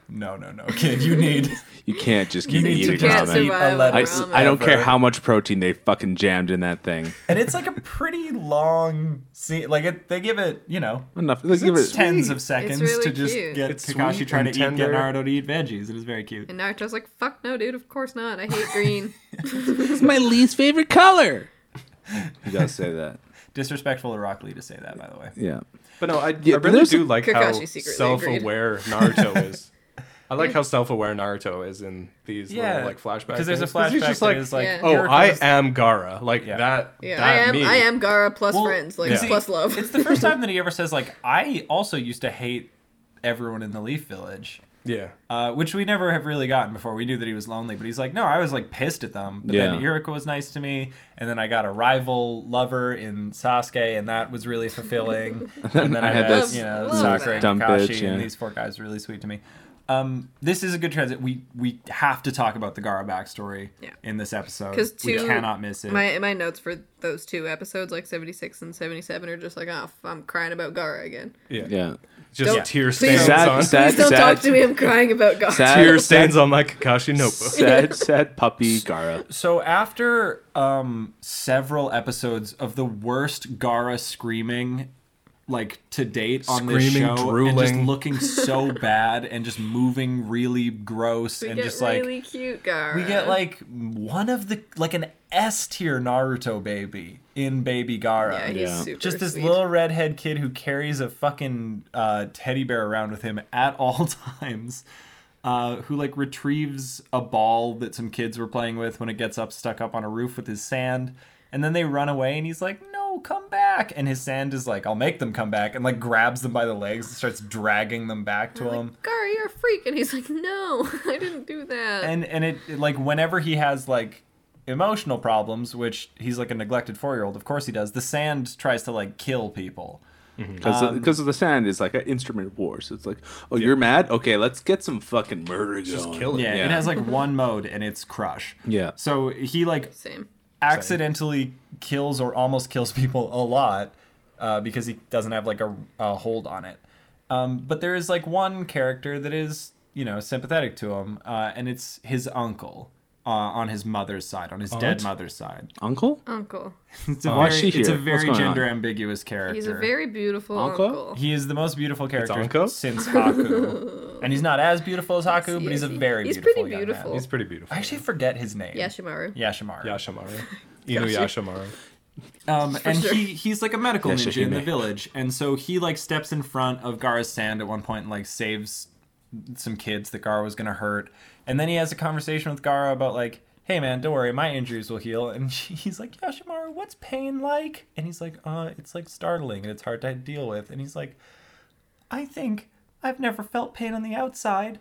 "No, no, no, kid, you need
You can't just
you
keep
need to
eating
can't
just eat
ramen.
survive
a
on
I,
lettuce."
ramen.
I don't care
ever."
how much protein they fucking jammed in that thing.
And it's like a pretty long scene. Like it, they give it, you know,
Enough. Let's give it.
tens of seconds
really
to just
cute.
get
It's
Kakashi
sweet
trying to
and
eat, get
tender.
Naruto to eat veggies. It is very cute.
And Naruto's like, "Fuck no, dude. Of course not. I hate green."
It's my least favorite color. He does say that.
Disrespectful to Rock Lee to say that, by the way.
Yeah.
But no, I,
Yeah,
I
but
really
there's
do
a-
like how
Kakashi secretly
self-aware Naruto is. I like how self-aware Naruto is in these little, like flashbacks.
because there's a
things,
flashback.
'cause He's just like,
that is like
Yeah.
oh,
you're
I
close-
am Gara. Like
Yeah.
that.
Yeah,
that
I am.
Me.
I am Gara plus
Well,
friends, like
you see,
plus love.
it's the first time that he ever says like I also used to hate everyone in the Leaf Village,
Yeah.
uh, which we never have really gotten before. We knew that he was lonely, but he's like, no, I was like pissed at them. But then
Yeah.
Iruka was nice to me, and then I got a rival lover in Sasuke, and that was really fulfilling. and then I,
I had
had,
this
you know
Love
Sakura and
dumb
Kakashi,
bitch, yeah.
and these four guys were really sweet to me. Um, this is a good transit. We we have to talk about the Gara backstory
Yeah.
in this episode.
'Cause
we
two-
cannot miss it.
my my notes for those two episodes, like seventy six and seventy seven, are just like, "Oh, f- I'm crying about Gara again."
Yeah.
Yeah.
Just
Don't-
tear
please-
stains
Sad-
on
sad-
Please don't
sad-
talk to me. I'm crying about Gara.
Sad-
tear stains on my Kakashi notebook.
Sad, sad puppy Gara.
So after um, several episodes of the worst Gara screaming, like to date on this show,
Screaming,
and just
drooling.
looking so bad and just moving really gross
We
and
get
just like
really cute Gara.
we get like one of the like an S tier Naruto baby in Baby Gara.
yeah, he's
Yeah.
super
just this
sweet.
little redhead kid who carries a fucking uh, teddy bear around with him at all times uh, who like retrieves a ball that some kids were playing with when it gets up stuck up on a roof with his sand and then they run away and he's like no come back and his sand is like i'll make them come back and like grabs them by the legs and starts dragging them back to him
Gara, you're a freak, and he's like, "No, I didn't do that."
and and it, it, like whenever he has like emotional problems which he's like a neglected four-year-old of course he does the sand tries to like kill people
Because because of the sand is like an instrument of war. So it's like, oh, you're mad? Okay, let's get some fucking murder Just
kill it.
Yeah, it has like one mode and it's crush.
Yeah.
So he like
Same.
accidentally kills or almost kills people a lot uh, because he doesn't have like a, a hold on it. Um, but there is like one character that is you know sympathetic to him, uh, and it's his uncle. Uh, on his mother's side, on his dead
Aunt?
mother's side,
Uncle?
Uncle.
it's a
Why is
very,
she
it's a
here? What's
very
going on?
gender ambiguous character.
He's a very beautiful
Uncle?
uncle.
he is the most beautiful character
Uncle?
since Haku, and he's not as beautiful as Haku, but he's a
Yes, he-
very
he's
beautiful
pretty
young man.
beautiful.
He's pretty beautiful.
I actually forget his name.
Yashimaru.
Yashimaru.
Yashimaru. Inu Yashimaru.
Um, and
sure.
he, he's like a medical
Yeah,
ninja in the
Shahime.
village, and so he like steps in front of Gara's sand at one point and like saves some kids that Gara was gonna hurt, and then he has a conversation with Gara about like, hey man, don't worry, my injuries will heal, and she, he's like, Yashimaru, what's pain like? And he's like, uh, it's like startling and it's hard to deal with, and he's like, I think I've never felt pain on the outside.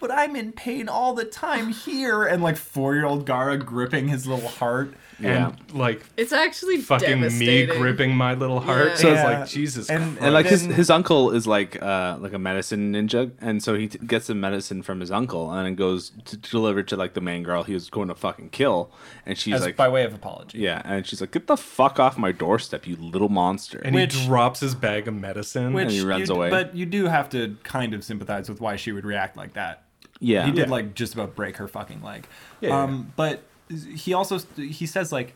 But I'm in pain all the time here, and like four-year-old Gara gripping his little heart.
Yeah.
And like
It's actually
fucking me
devastating.
gripping my little heart.
Yeah.
So it's
Yeah.
like Jesus
And-
Christ.
and like his,
Then-
his uncle is like uh like a medicine ninja and so he t- gets the medicine from his uncle and it goes to deliver to like the main girl he was going to fucking kill and she's
As
like
by way of apology.
yeah and she's like get the fuck off my doorstep you little monster
and
which-
he drops his bag of medicine.
Which
he runs
you,
away.
But you do have to kind of sympathize with why she would react like that.
yeah
He did like just about break her fucking leg.
yeah,
um, But he also he says like,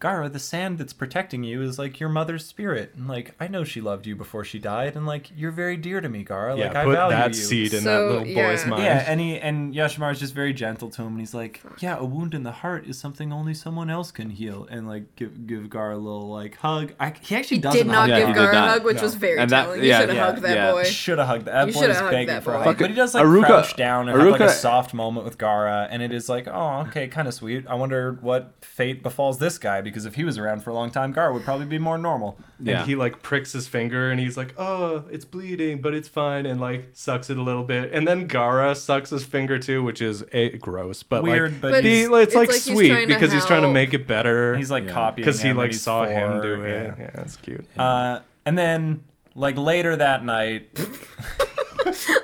Gara, the sand that's protecting you is like your mother's spirit, and like I know she loved you before she died, and like you're very dear to me, Gara.
yeah,
like I
put
value
that
you.
seed in
So,
that little boy's
yeah.
mind.
Yeah, and he and Yashimaru's just very gentle to him, and he's like, "Yeah, a wound in the heart is something only someone else can heal." And like, give give Gar a little like hug. I, he actually
He
doesn't.
did not
hug
Yeah, he
give
did
Gar a
not.
hug, which
No.
was very
And that-
telling. You
yeah,
should have
yeah,
hugged that
yeah.
boy.
Should have hugged that.
You
That boy
shoulda
is
hugged
begging
that
for a
boy.
hug. But he does like
Aruka-
crouch down and have like a
Aruka-
soft moment with Gara, and it is like, oh, okay, kind of sweet. I wonder what fate befalls this guy because if he was around for a long time, Gara would probably be more normal.
Yeah.
And he like pricks his finger and he's like, oh, it's bleeding, but it's fine. And like sucks it a little bit. And then Gara sucks his finger too, which is a, gross, but
Weird,
like,
but
the-
he's-
it's, like,
It's like he's
sweet
trying to
because he's trying to
help.
make it better.
He's like
Yeah.
copying
because he
him when
like
he's
saw him
four,
do
yeah.
it. Yeah, that's cute.
Uh, and then like later that night,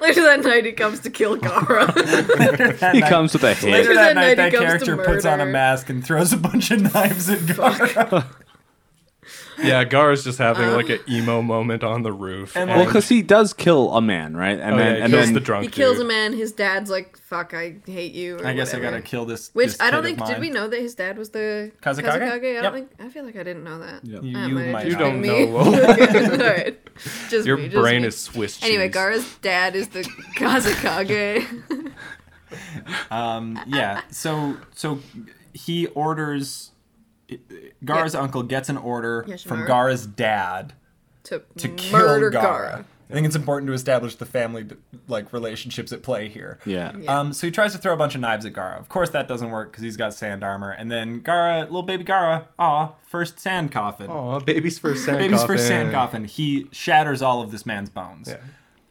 Later that night, he comes to kill Gara.
that
He
night-
comes with a
Later
hit.
Later
that
that
night,
night,
that
he comes to
character puts on a
murder.
mask and throws a bunch of knives at Gara.
Yeah, Gara's just having like an emo moment on the roof.
and,
And,
like-
Well, because he does kill a man, right? And
oh,
then
yeah,
and
he kills
then
the drunk
he kills a
dude.
man. His dad's like, "Fuck, I hate you." Or
I guess I
whatever.
gotta kill this.
Which
this
I don't
kid of
think. Did we
mine.
know that his dad was the
Kazekage?
I
Yep.
don't think. I feel like I didn't know that.
Yeah.
You-
That
you
might have
might
just
You don't
been
know.
me.
Well,
All right. Just
your
me, just
brain
me.
is Swiss cheese.
Anyway, Gara's dad is the Kazekage.
Um, yeah. So so he orders. Gara's uncle gets an order from
Yoshimaru.
Gara's dad
to,
to
murder
kill Gara.
Gara.
I think it's important to establish the family like relationships at play here.
Yeah.
Um, so he tries to throw a bunch of knives at Gara. Of course, that doesn't work because he's got sand armor. And then Gara, little baby Gara, aw, first sand coffin.
Aw, baby's first sand
baby's
coffin.
first sand coffin. He shatters all of this man's bones.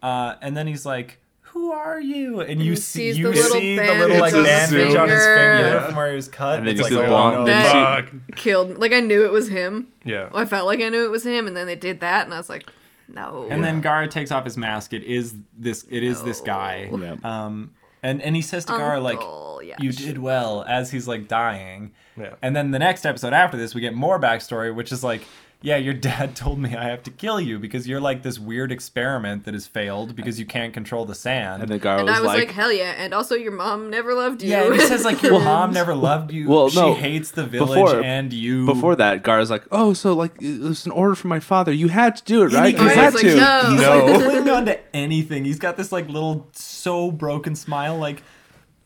Uh, and then he's like, "Who are you?" And you
he
see
sees
you
the little
see the
bandage
little like
on his
bandage on his
finger.
finger
Yeah.
from where he was cut.
And then
it's
you
like,
see the
oh,
blonde-
no.
That-
Fuck.
Killed. Like I knew it was him.
Yeah.
I felt like I knew it was him, and then they did that, and I was like, no.
And then Gara takes off his mask. It is this. It is this guy.
Oh, Yeah.
Um, and and he says to Gara like,
Uncle, yeah.
"You did well," as he's like dying.
Yeah.
And then the next episode after this, we get more backstory, which is like. Yeah, your dad told me I have to kill you because you're like this weird experiment that has failed because you can't control the sand.
And then Garo
And
was,
I was like,
like,
hell yeah. And also, your mom never loved you.
Yeah, and he says like your mom never loved you.
Well,
she
no.
hates the village
Before-
and you.
before that, Gara's like, oh, so like it was an order from my father. You had to do it, right?
And he
You
goes-
had
He's
to.
like, no.
he's
No.
like clinging on to anything. He's got this like little so broken smile, like.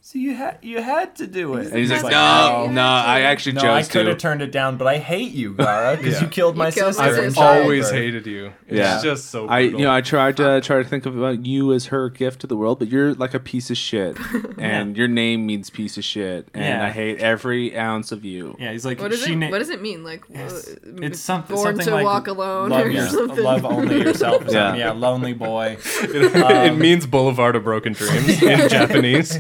So you had you had to do it.
And he's like,
That's
no,
right.
no, I
"Oh,
actually
no, I
chose
could
to.
have turned it down, but I hate you, Gara, because
Yeah.
you killed my
You killed
sister.
my
in
I've
sister.
childbirth."
always hated you. It's
Yeah.
just so brutal.
I you know I tried to try to think of about you as her gift to the world, but you're like a piece of shit, and your name means piece of shit, and
Yeah.
I hate every ounce of you.
Yeah, he's like,
What, is
she
it,
na-
what does it mean? Like, uh,
It's something,
born
something
to
like
walk alone
love
or
your-
something.
Love only yourself. Or something.
Yeah.
yeah, lonely boy.
It, it
Um,
means Boulevard of Broken Dreams in Japanese.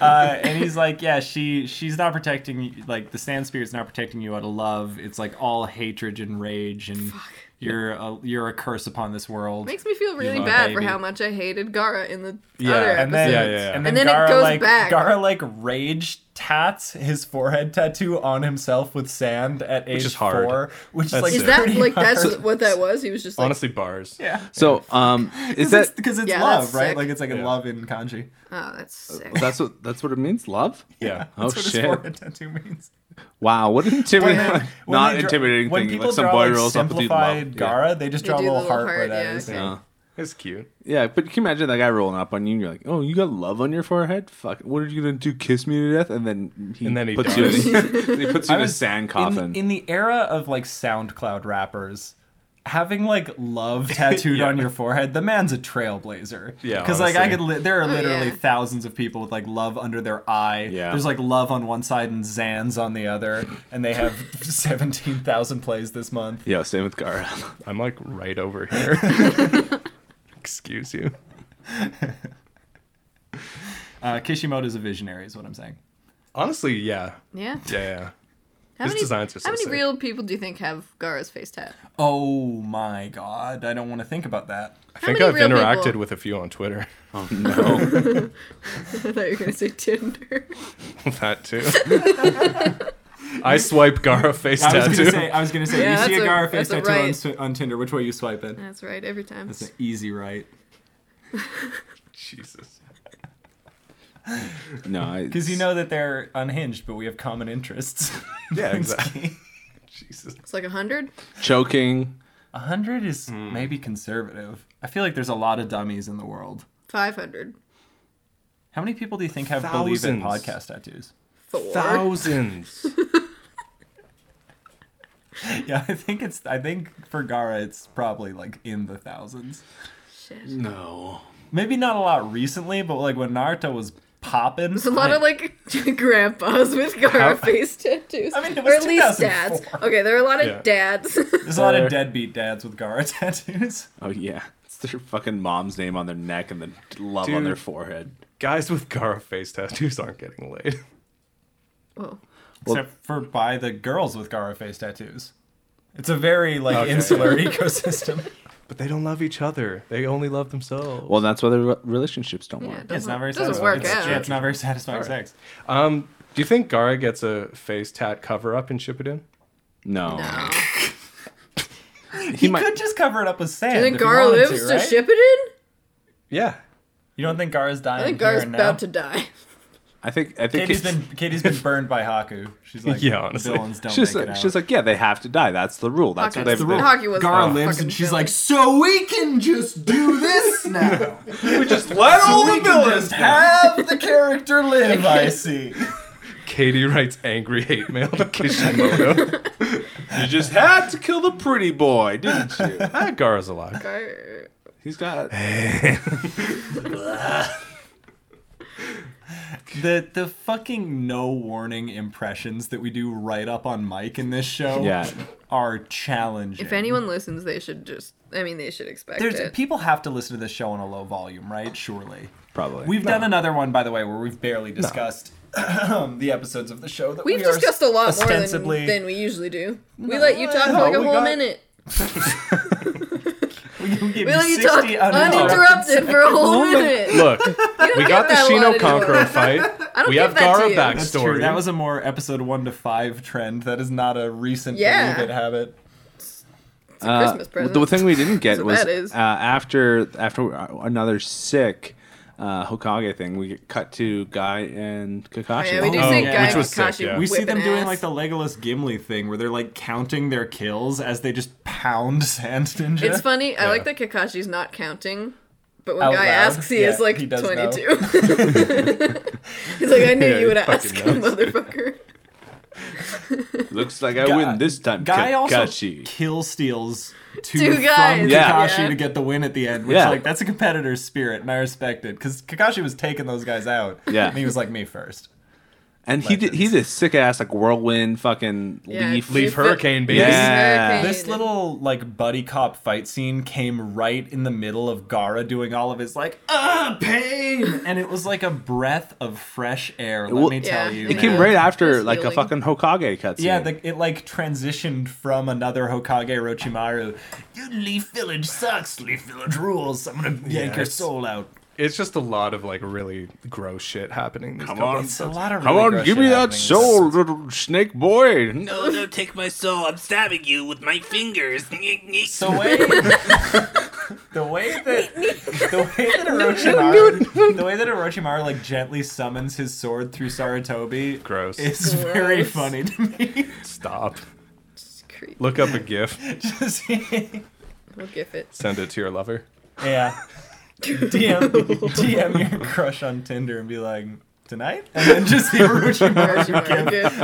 uh, and he's like, yeah, she she's not protecting you. Like the sand spirit's not protecting you out of love. It's like all hatred and rage, and you're a, you're a curse upon this world.
Makes me feel really
know,
bad for
baby.
how much I hated Gara in the
Yeah,
other episode.
and then,
Yeah, yeah, yeah.
and then,
And then it
Gara,
goes
like,
back.
Gara like rage tats his forehead tattoo on himself with sand at age
is hard.
four, which
That's
is like
is
it.
that
pretty
like
hard.
that's what that was? He was just like,
Honestly, bars.
yeah.
So um,
Because
is that
it's, 'cause it's
Yeah,
love,
that's
right?
sick.
Like it's like a
Yeah.
love in kanji.
oh, that's sick.
that's what that's what it means? Love?
Yeah.
Oh
That's what
shit!
his forehead tattoo means.
Wow, what an
When
intimidating,
they- when
not
they draw-
intimidating
when
thing.
people
Like some
draw,
boy
like,
rolls up with you, love.
simplified Gara, they just
They
draw a
do the
little,
little
heart, where
heart,
that
yeah,
is.
okay.
Yeah. Uh,
It's cute.
yeah, but can you imagine that guy rolling up on you and you're like, oh, you got love on your forehead? Fuck, what are you gonna do? Kiss me to death? And then he,
And then he
puts
dies.
you in, he puts you in a
was
sand
In-
coffin.
In, the era of like SoundCloud rappers, having like love tattooed
Yeah.
on your forehead, the man's a trailblazer.
Yeah,
because like I
honestly.
could, li- there are literally
Oh, yeah.
thousands of people with like love under their eye.
Yeah.
there's like love on one side and Zans on the other, and they have seventeen thousand plays this month.
yeah, same with Gara.
I'm like right over here. Excuse you.
Uh, Kishimoto's a visionary, is what I'm saying.
Honestly, yeah.
yeah.
Yeah, yeah.
How
His
many,
designs are so
how many
sick.
real people do you think have Gara's face tat?
Oh my god, I don't want to think about that.
I think
many
I've
real
interacted
people?
with a few on Twitter.
Oh no.
I thought you were gonna say Tinder.
that too. I swipe Gara face
I was
tattoo.
gonna say, I was gonna say,
Yeah,
you
that's
see a
a-
Gara face
that's
tattoo
a
on,
right.
Swi- on Tinder. Which way you swipe it?
That's right, every time.
That's an easy right.
Jesus.
No, I-
Because you know that they're unhinged, but we have common interests.
Yeah, exactly. Jesus.
It's like a hundred.
choking.
A hundred is maybe conservative. I feel like there's a lot of dummies in the world.
Five hundred.
How many people do you think have believe in
Thousands.
podcast tattoos?
Four.
Thousands.
Yeah, I think it's. I think for Gara, it's probably like in the thousands.
Shit.
No.
Maybe not a lot recently, but like when Naruto was popping,
There's a lot of like grandpas with Gara face tattoos.
I mean, it
or
was
at least dads.
2004.
Okay, there are a lot of
Yeah.
dads.
There's a lot
Or-
of deadbeat dads with Gara tattoos.
Oh yeah, it's their fucking mom's name on their neck and the love on
Dude.
their forehead.
Guys with Gara face tattoos aren't getting laid.
Whoa.
Well-
Except for by the girls with Gara face tattoos. It's a very like insular ecosystem.
But they don't love each other. They only love themselves.
Well, that's why their re- relationships don't
Yeah,
work.
it doesn't,
It's not very
doesn't
satisfying.
work
it's,
out.
yeah, it's not very satisfying sex.
Um, do you think Gara gets a face tat cover up in Shippuden?
No.
No.
He
You
might.
could just cover it up with sand.
I think
if he
Gara
wanted
lives to,
right?
ship it in.
Yeah.
You don't think Gara's dying?
I think Gara's
here and
about to
now?
die.
I think. I think.
Katie's
It's,
been Katie's been burned by Haku. She's like,
Yeah, honestly.
villains don't
she's
make it
like,
out.
she's like, yeah, they have to die. That's the rule. That's
Hockey,
what they've.
the hockey was
Gara
a
lives
fucking
and she's
villain.
like, so we can just do this now.
Let all
we
the
can
villains
just-
have the character live. I see.
Katie writes angry hate mail to Kishimoto.
You just had to kill the pretty boy, didn't you?
ah, Gara's alive.
Gar-
He's got.
The the fucking no warning impressions that we do right up on mic in this show
Yeah.
are challenging.
If anyone listens, they should just. I mean, they should expect
There's,
it.
people have to listen to this show on a low volume, right? Surely.
Probably.
We've done another one, by the way, where we've barely discussed the episodes of the show that
We've
we are
discussed a lot more
ostensibly.
than, than we usually do. we let you talk for
no,
like a
we
whole
got-
minute.
We give
We
you
let you talk
60 uninterrupted.
uninterrupted for a whole minute.
Look, we got the
that a lot
Shino
anymore.
Conqueror fight.
I don't
We
give
have
that to
Gara
you.
That's
backstory.
true. That was a more episode one to five trend. That is not a recent
Yeah.
believe it habit.
Uh,
Christmas present. Oh,
The thing we didn't get
So
was
that is-
Uh, after after uh, another sick uh, Hokage thing, we get cut to Guy and Kakashi.
yeah, we do
Oh,
see
yeah.
Guy
Which was
Kakashi
sick, yeah.
whipping
We see them doing like
ass.
the Legolas Gimli thing where they're like counting their kills as they just pound Sand Ninja.
It's funny. I like that Kakashi's not counting, but when
Out
Guy
loud.
asks, he
Yeah,
is like
he does know.
22. He's like, I knew
Yeah,
you would
he
ask,
fucking knows.
motherfucker.
Looks like I
Guy-
win this time,
Guy also
Kakashi.
kill steals two,
Two guys,
from
Yeah.
Kakashi
yeah.
to get the win at the end. Which
Yeah.
like that's a competitor spirit, and I respect it because Kakashi was taking those guys out.
Yeah.
and he was like me first.
and he did, he's a sick ass like whirlwind fucking
Yeah,
leaf.
leaf-
Leave Hurricane baby.
Yeah.
Hurricane.
This little like buddy cop fight scene came right in the middle of Gara doing all of his like ah pain, and it was like a breath of fresh air. Let
Well,
me
Yeah.
tell you,
It
It
man.
came right after
It's
like a
healing.
fucking Hokage cutscene.
Yeah, the, it like transitioned from another Hokage Orochimaru. You Leaf Village sucks. Leaf Village rules. I'm gonna yank your
it's-
soul out.
It's just a lot of like really gross shit happening. These Come
on.
It's a lot of.
Come
really
on,
gross
give
shit
me that
happening.
soul, little snake boy. No.
No, no, take my soul. I'm stabbing you with my fingers.
The way, the way that the way that Orochimaru, the way that Orochimaru like gently summons his sword through Saratobi,
Gross.
is very
Gross.
funny to me.
Stop.
It's creepy.
Look up a GIF.
Just-
We'll gif it.
Send it to your lover.
yeah, DM DM your crush on Tinder and be like tonight, and then just see Orochimaru
Orochimaru gif.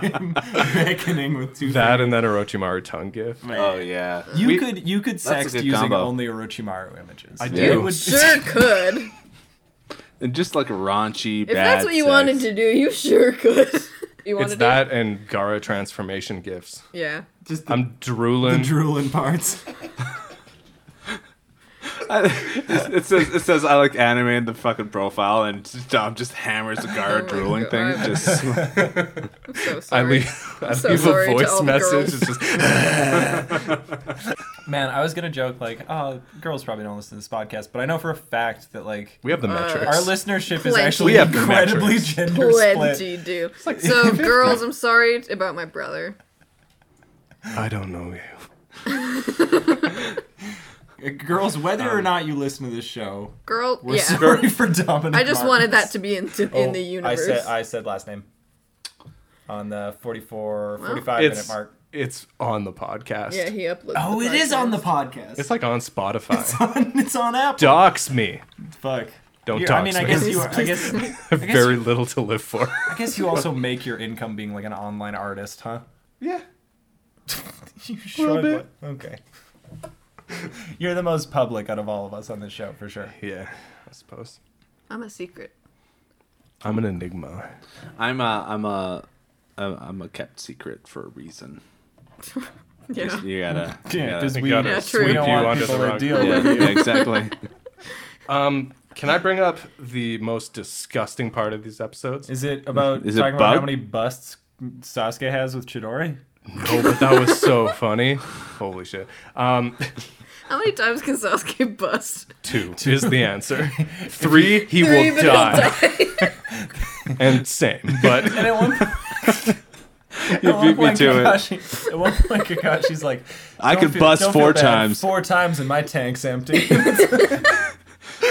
with him beckoning with two.
That and then Orochimaru tongue GIF.
fingers.
Oh yeah,
You
We-
could you could
a
sext
good
using
combo.
only Orochimaru images. I
do.
It would
Sure could.
and just like raunchy.
If that's what you wanted to do, you sure could. You wanted
It's that and Gara transformation GIFs.
It? Yeah.
just the,
I'm drooling.
drooling parts.
it says it says I like anime in the fucking profile, and Dom just hammers the Gara
Oh my
drooling
God.
thing. Just
So
I
sorry.
leave, I
so
leave
sorry
a
to all
voice
the
message.
girls.
It's just
Man, I was gonna joke like, oh, girls probably don't listen to this podcast, but I know for a fact that like
we have the metrics.
our listenership is
Plenty.
actually
We
have the
incredibly
metrics.
gender split.
Plenty do. so, girls, I'm sorry t- about my brother.
I don't know you.
Uh, Girls, whether or not you listen to this show,
Girl,
we're
yeah.
sorry for Dominic.
I just
Marcus.
wanted that to be in, to, in
Oh,
the universe.
I said I said last name on the 44, 45 minute
It's
mark.
it's on the podcast.
yeah, he uploaded.
Oh, it is on the podcast.
It's like on Spotify.
It's on, it's on Apple.
Dox me.
Fuck.
Don't
You're-
dox
I mean, I
me.
guess you. Are, I guess.
I have
guess-
very little to live for.
I guess you also make your income being like an online artist, huh?
yeah.
You should.
bit.
Okay. You're the most public out of all of us on this show, for sure.
Yeah, I suppose.
I'm a secret.
I'm an enigma.
I'm a I'm a I'm I'm a kept secret for a reason.
Yeah.
You gotta
Yeah,
yeah,
'cause
yeah,
we,
got
it.
we
Yeah,
don't
true.
want
Under the
people to
rug.
deal with
yeah, exactly.
Um, can I bring up the most disgusting part of these episodes?
Is it about
Is it
talking about how
bug?
many busts Sasuke has with Chidori?
No, Oh, but that was so funny. Holy shit. Um,
How many times can Sasuke bust?
two is the answer. Three, he will die. And same, but
And at one,
You
at one
beat me
point,
to it.
Kakashi, at one point, Kakashi's like,
I
"Don't
could bust
don't
four
bad.
times."
Four times, and my tank's empty.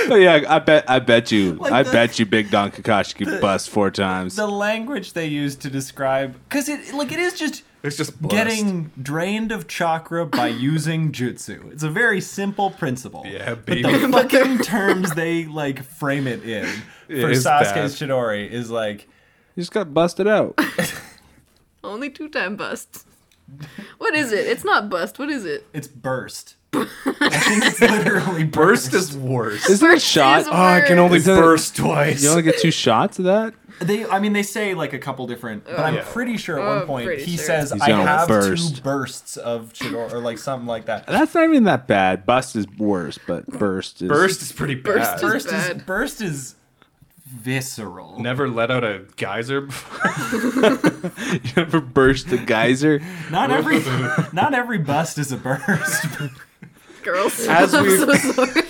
But yeah, I bet I bet you I
the-
bet you Big Don Kakashi could bust four times.
the language they use to describe, because it like it is just
it's just blessed.
getting drained of chakra by using jutsu. It's a very simple principle.
Yeah,
But
baby.
the fucking terms they like frame it in for
is
Sasuke's
bad.
Chidori is like
You just got busted out.
Only two time bust. What is it? It's not bust. What is it?
it's burst. I think it's literally burst.
Burst is Ah, worse.
Isn't that
is
shot?
Oh, I can
only Is that- burst
twice.
You only get two shots of that.
They, I mean, they say like a couple different, but I'm
Yeah.
pretty sure at
Oh,
one point
pretty
he
sure.
says,
He's
"I
gonna
have two
burst.
bursts of Chidori," or like something like that.
That's not even that bad. Bust is worse, but burst is
Burst is pretty bad.
Burst is-
Burst is
bad.
burst is visceral.
Never let out a geyser before.
You ever burst the geyser?
Not every, not every bust is a burst.
Girls.
As
I'm
we-
so sorry.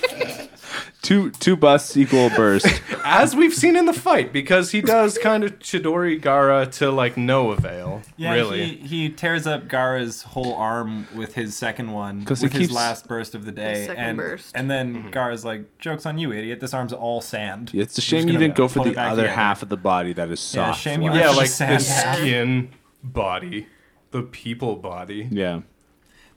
two two busts equal a burst.
As we've seen in the fight, because he does kind of Chidori Gara to like no avail.
Yeah,
really.
he, he tears up Gara's whole arm with his second one,
'Cause
with
he
his
keeps-
last burst of the day,
second
and
burst.
and then Gara's like, "Jokes on you, idiot! This arm's all sand."
Yeah, It's a
I'm
shame
just
you
gonna
didn't go for
pull it
the
back
other
together."
half of the body that is
Yeah,
soft.
shame you.
Like-
yeah,
actually
like the
sand.
skin body, the people body.
yeah.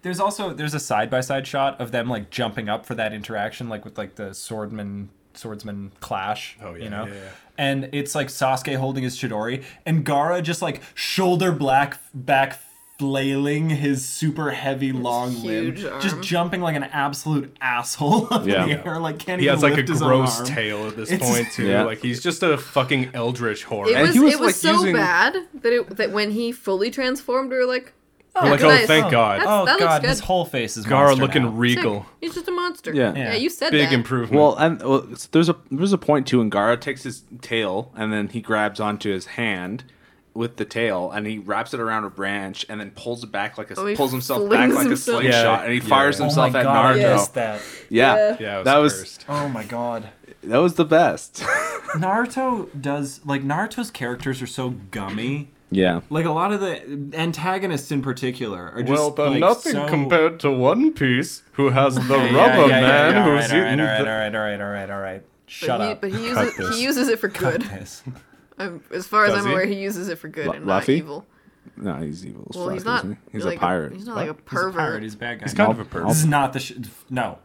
There's also there's a side by side shot of them like jumping up for that interaction, like with like the swordman swordsman clash.
Oh, yeah,
you know.
yeah, yeah.
And it's like Sasuke holding his Chidori, and Gara just like shoulder black back flailing his super heavy long
huge
limb,
arm.
just jumping like an absolute asshole up
Yeah.
in the air, like can't
He
even
has like a
lift his own
gross
arm.
tail at this
It's-
point too.
Yeah.
Like he's just a fucking eldritch horror.
It
And
was,
he was,
it was
like,
so
using-
bad that it that when he fully transformed, we were like,
We're like,
nice.
oh thank God.
That's-
Oh
that looks
god,
good.
his whole face is
Gara
monster
looking
now.
sick.
regal.
He's just a monster.
Yeah.
Yeah,
Yeah.
you said
Big
that.
Hmm.
improvement.
Well, and well, it's- there's a there's a point too. And Gara takes his tail and then he grabs onto his hand with the tail and he wraps it around a branch and then pulls it back like a
Oh, he
pulls himself
flings
back like a
himself.
slingshot
Yeah,
and he
yeah,
fires
Oh,
yeah.
himself at Naruto.
Yeah.
I missed that.
Yeah.
yeah, it was
that was
cursed.
Oh my god.
that was the best.
Naruto does like Naruto's characters are so gummy.
yeah.
Like a lot of the antagonists in particular are just
Well, they're
like,
nothing
so...
compared to One Piece, who has the rubber man who's eating.
All
the-
right, all right, all right, all right, all right. Shut
but he,
up.
But he uses
this.
he uses it for good.
Yes.
I'm, as far as
Does
I'm
he?
aware, he uses it for good
Lu-
and not
Luffy?
evil.
No, he's evil. As
Well,
fuck,
he's not.
isn't he? He's
like
a pirate.
He's not like a
He's a
pervert.
pirate. He's a bad guy.
He's kind of a person.
This is not the sh- no.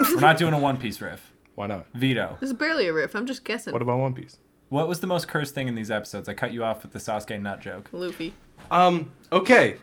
We're not doing a One Piece riff.
Why not?
Vito,
This is barely a riff. I'm just guessing.
What about One Piece?
what was the most cursed thing in these episodes? I cut you off with the Sasuke nut joke.
Luffy.
Um, okay.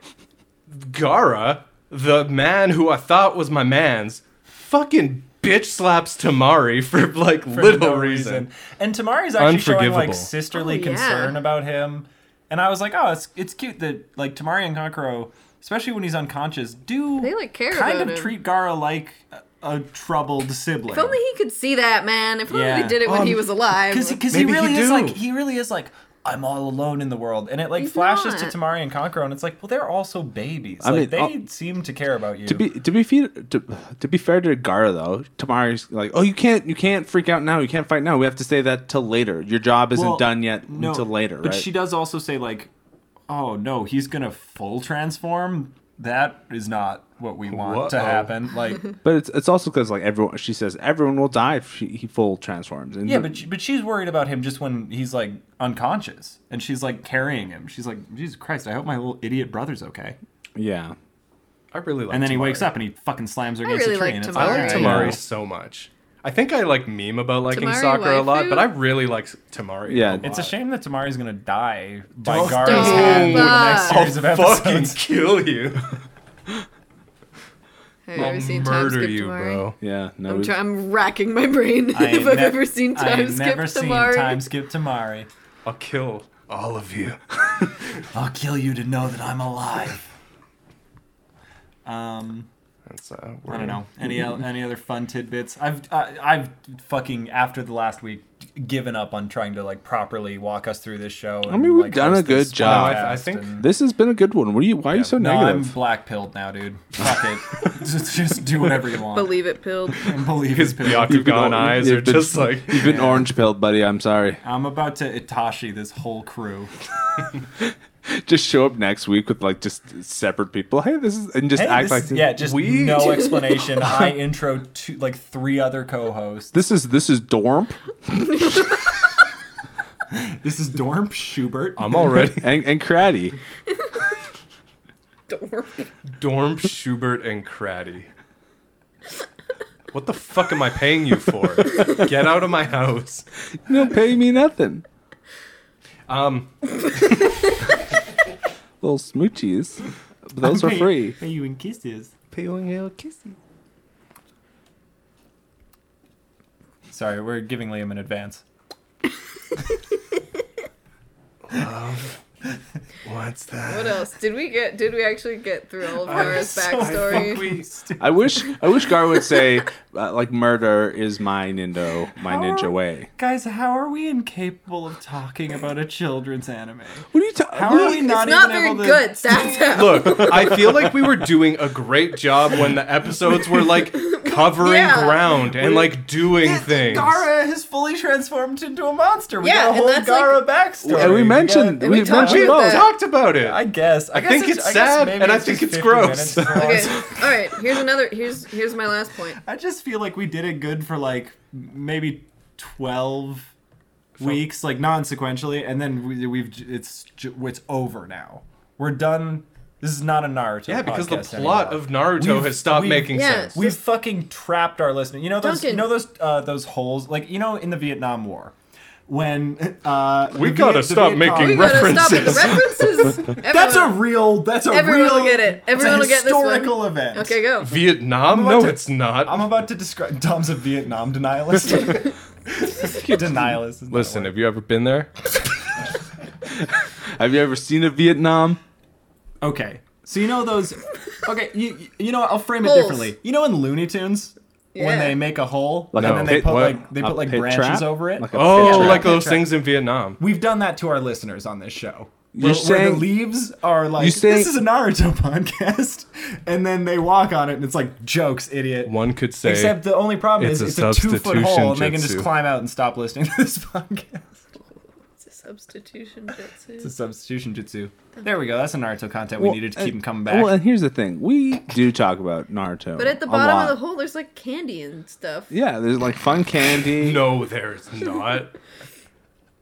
Gara, the man who I thought was my man's, fucking bitch slaps Tamari for like
For
little
no
reason.
And Tamari's actually showing like
Unforgivable.
sisterly
Oh, yeah.
concern about him. And I was like, oh, it's it's cute that like Tamari and Kankuro, especially when he's unconscious, do
They, like, care
kind
about
of
him.
treat Gara like a, a troubled sibling.
If only he could see that man. If only
Yeah.
he did it when
Um,
he was alive.
because
Like,
because he
Maybe he
really is
do.
like he really is like I'm all alone in the world, and it like
He's
flashes
not.
to Tamari and Kankuro, and it's like, well, they're also babies.
I
like
mean,
they
uh,
I'll-
seem to care about you.
To be to be fair to, to be fair to Gara though, Tamari's like, oh, you can't you can't freak out now. You can't fight now. We have to say that till later. Your job isn't
Well,
done yet
no,
until later,
But
right?
she does also say like, "Oh no, he's gonna full transform." that is not what we want to
Whoa.
happen. Like,
But it's it's also because like everyone, she says everyone will die if she, he full transforms. And
yeah,
the-
but she, but she's worried about him just when he's like unconscious, and she's like carrying him. She's like, Jesus Christ, I hope my little idiot brother's okay.
yeah,
I really like.
And then he
Tamari.
wakes up and he fucking slams her
I
against
really
the tree.
like
and it's
I like
Alright.
Tamari
Yeah.
so much. I think I like meme about liking
Tamari
soccer a lot,
waifu?
but I really like Tamari. a
Yeah.
lot.
It's a shame that Tamari's gonna die by
Don't-
Gara's
Don't.
hand for the next
Stop.
series of
I'll fucking
episodes.
kill you.
Have you
I'll
ever seen time
murder
skip
you,
Tamari?
bro.
yeah. No,
I'm,
we've-
try- I'm racking my brain if
I ain't
I've
ne-
ever seen
I
time
ain't
skip
never seen
Tamari.
time skip Tamari.
I'll kill all of you.
I'll kill you to know that I'm alive. Um,
That's, uh,
I don't know. Any el- any other fun tidbits? I've I, I've fucking after the last week given up on trying to like properly walk us through this show. And,
mean, we've
like,
done
host
a good
this
job.
podcast
I think-
and-
this has been a good one. What are you? Why are you so
no, I'm
negative?
black pilled now, dude. Fuck it. just, just do whatever you want.
Believe it, pilled.
And believe
His
it's pilled.
Byakugan eyes
you've
are
been-
just like.
You've been orange pilled, buddy. I'm sorry.
I'm about to Itashi this whole crew.
Just show up next week with like just separate people. Hey, this is and just
Hey,
act
this-
like
yeah, just
we-
no explanation. I intro to like three other co-hosts.
This is this is dorm.
This is Dorm Schubert.
I'm already.
and and Craddy.
Don't worry.
Dorm, Schubert, and Craddy. What the fuck am I paying you for? Get out of my house.
You don't pay me nothing.
Um,
Little smoochies. But Those are free.
Are you in kisses?
peeling your kissy.
Sorry, we're giving Liam an advance.
um, What's that?
What else did we get? Did we actually get through all of Mara's backstory?
We,
I wish I wish Gar would say uh, like murder is my nindo my ninja way.
Guys, how are we incapable of talking about a children's anime?
What are you talking?
How are we not,
it's not
even
very
able to?
good. That's how.
Look, I feel like we were doing a great job when the episodes were like covering
Yeah.
ground and like doing things.
Gara has fully transformed into a monster. We
Yeah,
got a
and
whole
that's
Gara
like-
backstory.
And we mentioned
got-
And
we,
we talked
mentioned
about
both.
that.
Oh, Talked about it.
I guess. I, guess
think
it's,
it's
I guess
sad,
maybe
and I
it's
think
just
it's
50
gross.
minutes for
Okay.
us.
All right. Here's another. Here's here's my last point.
I just feel like we did it good for like maybe twelve weeks, like non-sequentially, and then we, we've j- it's j- it's over now. We're done. This is not a Naruto.
Yeah, because the
podcast
plot
anymore.
of Naruto
We've-
has stopped
we've-
making
Yeah.
sense.
we've fucking trapped our listener. You know those
Duncan.
you know those uh, those holes, like you know in the Vietnam War, when uh,
We
the
gotta
Viet- the
stop
Viet
making
Cong-
We Oh, gotta stop with the
References.
references. Everyone,
That's a real. That's a
Everyone
real.
will get it. Everyone will
it's a
get this one.
historical event.
okay. Go.
Vietnam?
about
No,
to-
it's not.
I'm about to describe Dom's a Vietnam denialist. denialist. is not a
Listen,
word.
have you ever been there?
Have you ever seen a Vietnam?
Okay. So you know those. Okay, you you know what, I'll frame it
Holes.
differently. You know in Looney Tunes when
Yeah.
they make a hole
Like
and
a
then they
pit-
put
what?
like they
A
put like
pit
branches
trap?
over it.
Like a
Oh,
pit
like
trap.
those things in Vietnam.
We've done that to our listeners on this show. where,
You're
where the
saying-
leaves are like
You're saying-
this is a Naruto podcast, and then they walk on it and it's like jokes, idiot.
One could say
Except the only problem
it's
is
a
it's a two foot
substitution
hole and they can just
jutsu.
climb out and stop listening to this podcast.
It's a substitution
It's a
jutsu.
substitution jutsu. There we go. That's a Naruto content we
Well,
needed to
and-
keep them coming back.
Well, and here's the thing: we do talk about Naruto,
But at the
a
bottom of
lot.
the hole, there's like candy and stuff.
yeah, there's like fun candy.
no, there's not.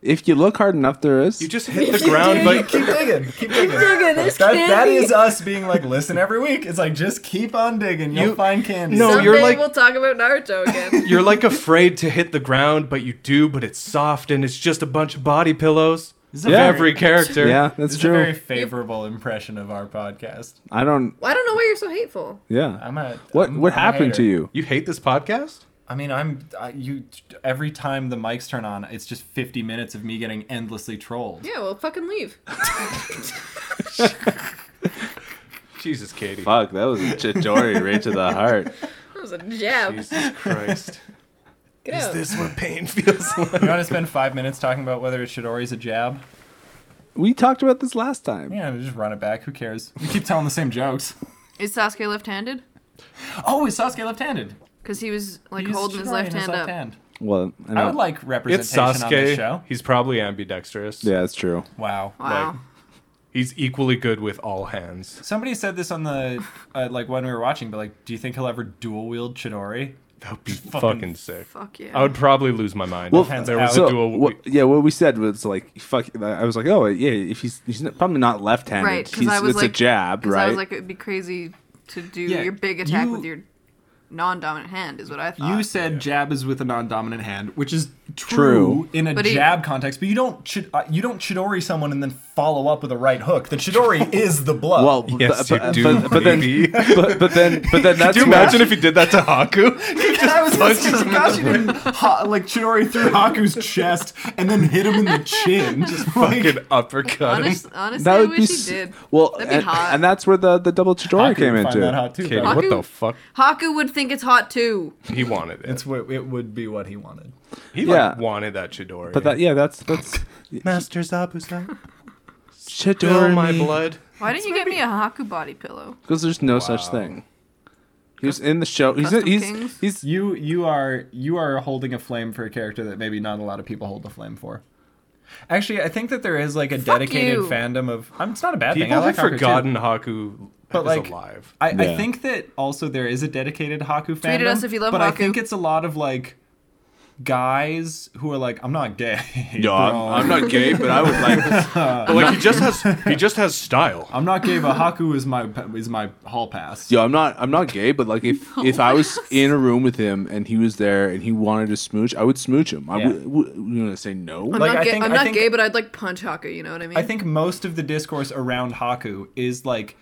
If you look hard enough, there is.
You just hit the ground, but
uh, keep digging. Keep digging.
Digging, there's
That,
candy.
that is us being like, listen every week. It's like, just keep on digging. You'll
You-
find candy.
No,
Someday
you're like-
we'll talk about Naruto again.
you're like afraid to hit the ground, but you do. But it's soft and it's just a bunch of body pillows.
This is a
Yeah,
very-
every character.
yeah, that's
This is a
true.
very favorable impression of our podcast.
I don't.
I don't know why you're so hateful.
Yeah.
I'm a.
what
I'm-
what
I'm a
happened to
hater.
you?
You hate this podcast?
I mean, I'm I, you. Every time the mics turn on, it's just 50 minutes of me getting endlessly trolled.
Yeah, well, fucking leave.
Jesus, Katie.
Fuck, that was a chitori right to the heart.
That was a jab.
Jesus Christ.
Get out.
This is what pain feels
You
like.
want to spend five minutes talking about whether Shidori's a jab?
We talked about this last time.
Yeah, just run it back. Who cares? We keep telling the same jokes.
Is Sasuke left-handed?
Oh, is Sasuke left-handed?
Because he was like
He's
holding his
Shidori
left
in
hand up.
hand.
Well, I, know.
I would like
It's
representation on this show.
Sasuke. He's probably ambidextrous.
Yeah, that's true.
Wow.
Wow.
He's equally good with all hands.
Somebody said this on the uh, like when we were watching, but like, do you think he'll ever dual wield Chidori?
That would be fucking,
fucking-
sick.
Fuck yeah.
I would probably lose my mind.
Well,
if there was
so,
a dual.
what, yeah, what we said was like, fuck. I was like, oh yeah, if he's he's not- probably not left-handed,
right, because
he's,
I was
it's
like
a jab,
'cause
right?
I was like, it would be crazy to do
Yeah,
your big attack
you-
with your non-dominant hand, is what I thought.
You said jab is with a non-dominant hand, which is
True.
true, in a
But he-
jab context. But you don't chi- uh, you don't Chidori someone and then follow up with a right hook. The Chidori is the blow.
"Oh."
well,
Yes,
but,
you do,
but, but then,
baby.
but, but then, but then, that's
Could you
where-
imagine if he did that to Haku?
I was just Kakashi didn't ha- like Chidori through Haku's chest and then hit him in the chin. Just like,
fucking uppercut him.
Honest, honestly,
that
I
would
wish
be
he
s-
did.
well,
That'd be
and,
hot.
and that's where the the double Chidori
Haku
came
would
into.
Find that hot too.
Okay,
though.
what the
Haku-
fuck?
Haku would think it's hot too.
He wanted it.
It's what it would be what he wanted.
He
yeah.
like wanted that Chidori.
But that, yeah, that's that's
Master Zabuza, spill Oh,
Chidori.
my blood.
Why didn't you get me a Haku body pillow?
Because there's no such thing. He was in the show. He's
Custom
he's,
Kings?
he's
You you are you are holding a flame for a character that maybe not a lot of people hold a flame for. Actually, I think that there is like a dedicated
you.
fandom of. I'm, it's not a bad thing.
People
I like
have
Haku, too.
forgotten Haku
But,
is
like, uh,
alive.
I,
Yeah.
I think that also there is a dedicated Haku fandom.
at us if you love
But I
Haku.
think it's a lot of like guys who are like, I'm not gay.
no, I'm,
bro.
I'm not gay, but I would like.
But like he just has he just has style.
I'm not gay, but Haku is my is my hall pass.
Yo, I'm not. I'm not gay, but like if if I was in a room with him and he was there and he wanted to smooch, I would smooch him. I
Yeah.
would. would you gonna say no?
I'm
Like,
not,
I
gay,
think-
I'm
I
not
think-
gay, but I'd like punch Haku. You know what I mean?
I think most of the discourse around Haku is like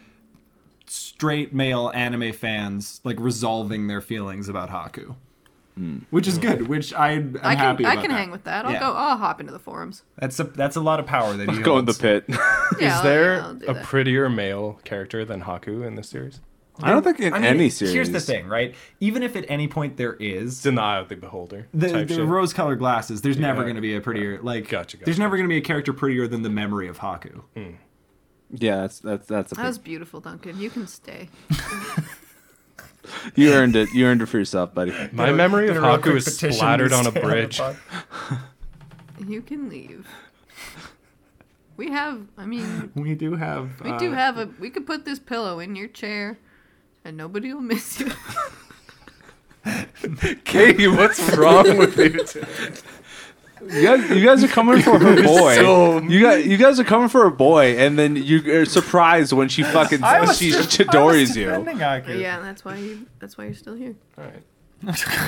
straight male anime fans like resolving their feelings about Haku,
Hmm.
which is good. Which I am
I can,
happy.
I
about
can hang with that. I'll
Yeah.
go. I'll hop into the forums.
That's a that's a lot of power that he
Go in the
holds.
pit.
Yeah,
Is
I'll-
there
yeah, I'll do
a
that.
prettier male character than Haku in this series?
I don't think in
I mean,
any series.
Here's the thing, right? Even if at any point there is
It's in the eye of the beholder.
the,
type
the
shit.
rose-colored glasses, there's never
Yeah.
going to be a prettier like.
Gotcha,
There's
gotcha.
never going to be a character prettier than the memory of Haku.
Yeah, that's that's that's. A
That
big,
was beautiful, Duncan. You can stay.
you earned it. You earned it for yourself, buddy.
My memory of
Did a real
Haku
quick
is
petition to
splattered on a
stay
bridge.
pod.
You can leave. We have. I mean,
we do have.
we do have a. We could put this pillow in your chair, and nobody will miss you.
Katie, what's wrong with you?
You guys, you guys are coming for her boy.
so
you guys, you guys are coming for her boy, and then you are surprised when she fucking she Chidori's you.
yeah, and that's why you. That's why you're still here.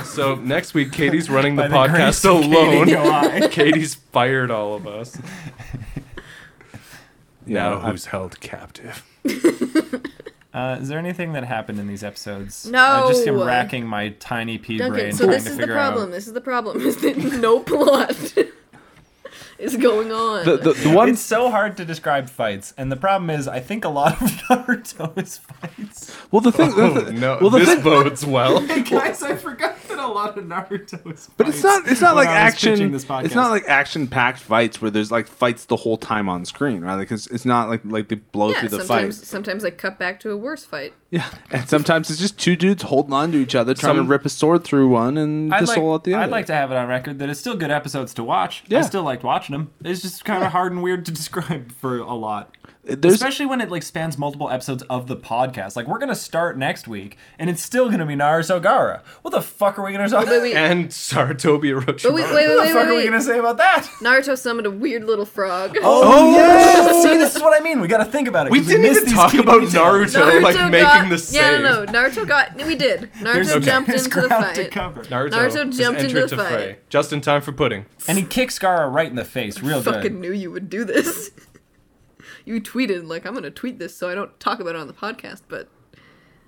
So next week, Katie's running the podcast alone. Katie's fired all of us. Now
I-
who's held captive?
Uh, is there anything that happened in these episodes?
No.
I just am racking my tiny pea brain
Duncan, so
trying
this
to
is the
figure
problem.
out.
This is the problem. Is that no plot is going on.
the, the, the one
It's so hard to describe fights, and the problem is, I think a lot of Naruto is fights.
Well, the thing.
Oh
the,
no,
Well, the
this
thing,
bodes well.
Guys, I forgot that a lot of Naruto is.
but it's not. It's not
when
like
I was pitching
action.
this podcast.
It's not like action-packed fights where there's like fights the whole time on screen, right? Like it's, it's not like like they blow
yeah,
through the
sometimes
fight.
sometimes they cut back to a worse fight.
Yeah, and sometimes it's just two dudes holding on to each other, trying
Some-
to rip a sword through one and
I'd
just
like,
soul out the other.
I'd like to have it on record that it's still good episodes to watch.
Yeah.
I still liked watching them. It's just kind of hard and weird to describe for a lot.
There's
Especially when it like spans multiple episodes of the podcast. Like we're gonna start next week, and it's still gonna be Naruto Gara. What the fuck are we gonna talk?
But wait,
And Sartobia
but wait,
Orochimaru.
wait, wait,
what the
wait,
fuck are
wait,
we
wait.
gonna say about that?
Naruto summoned a weird little frog.
Oh, yeah! See, this is what I mean. We gotta think about it.
We
'cause
didn't
missed
even
these
talk
key
about
details.
Naruto, like making the save.
Yeah, no, no, Naruto got. We did. Naruto
There's-
jumped
there's
into the
ground
fight.
to cover.
Naruto,
Naruto
just
jumped
entered
into the
to fray.
fight.
Just in time for pudding.
And he kicks Gara right in the face, real
Fucking
good.
knew you would do this. you tweeted like, "I'm gonna tweet this so I don't talk about it on the podcast,about."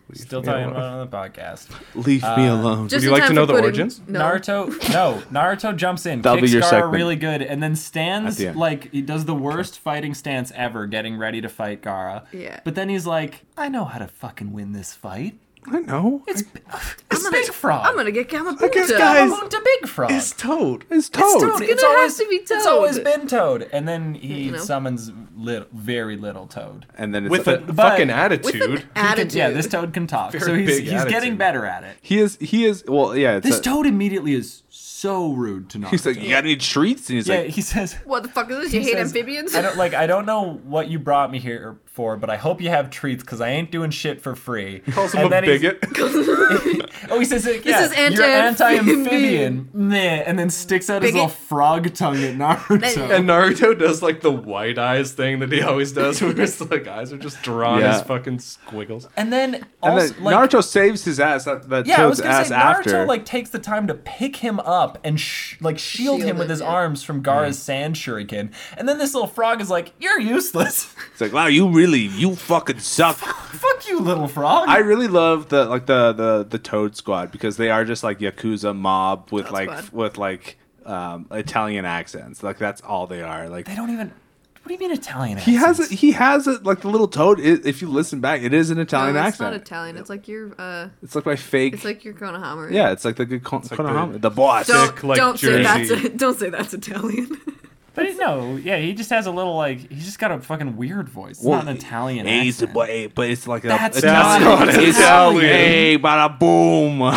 But
Still talking about it on the podcast.
leave me
uh,
alone.
just
you
in
like to
time
know
for
the
pudding.
origins?
No.
Naruto, no, Naruto jumps in,
That'll be
kicks
your
Gara
segment.
really good, and then stands
At the end.
like he does the worst fighting stance ever, getting ready to fight Gara.
Yeah.
But then he's like, I know how to fucking win this fight.
I know. It's,
It's
I'm gonna-
Big Frog.
I'm gonna get Kamapunta.
guess guys-
Moon to Big Frog.
It's Toad.
Toad.
Toad. It's gonna have to be
It's always
Toad.
been Toad, and then he
You know.
summons little, very little Toad.
And then it's
With a
But-
fucking
but-
attitude.
Attitude.
Yeah, this Toad can talk, so
Very
he's,
big
he's getting
attitude.
better at it.
he is he is well yeah. It's
This
a-
Toad immediately is so rude to Naruto.
He's like, you got any treats? And he's
yeah,
like,
he says.
What the fuck is this? You
he
hate
says,
amphibians?
I don't like. I don't know what you brought me here for, but I hope you have treats because I ain't doing shit for free.
Calls him
And
a
then he's-
bigot.
Oh, he says, like, yeah,
is
you're
anti-amphibian."
anti-amphibian, Nah, and then sticks out his
Bigot.
little frog tongue at Naruto.
That-
And Naruto does like the white eyes thing that he always does, where his like eyes are just drawn
Yeah.
as fucking squiggles.
And then
and
also,
then
like,
Naruto saves his ass that, that
yeah, I was
Toad's
gonna
ass
say Naruto
after.
like takes the time to pick him up and sh- like shield,
Shield
him with
him,
his
yeah.
arms from
Mm.
Gaara's sand shuriken. And then this little frog is like, "You're useless.
it's like, wow, you really you fucking suck.
Fuck you, little frog."
I really love the like the the the Toad Squad because they are just like yakuza mob with like
squad.
f- with like um Italian accents. Like that's all they are. Like
they don't even. What do you mean Italian?
he has a, he has a, like the little Toad. i if you listen back, it is an
No,
Italian
it's
accent.
not Italian. It's like you're. Uh,
It's like my fake.
it's like you're Konohamaru.
yeah, it's like the good con-
like
Konohama-
the-
the, boss.
Don't,
Thick, like,
don't say that's
Jersey.
don't say that's Italian.
But he- no, yeah, he just has a little like he's just got a fucking weird voice. It's
Well,
not an Italian
Hey, it's-
accent.
but, hey, but it's like a-
That's
it's not-
not
it's-
Italian.
Hey, bada boom.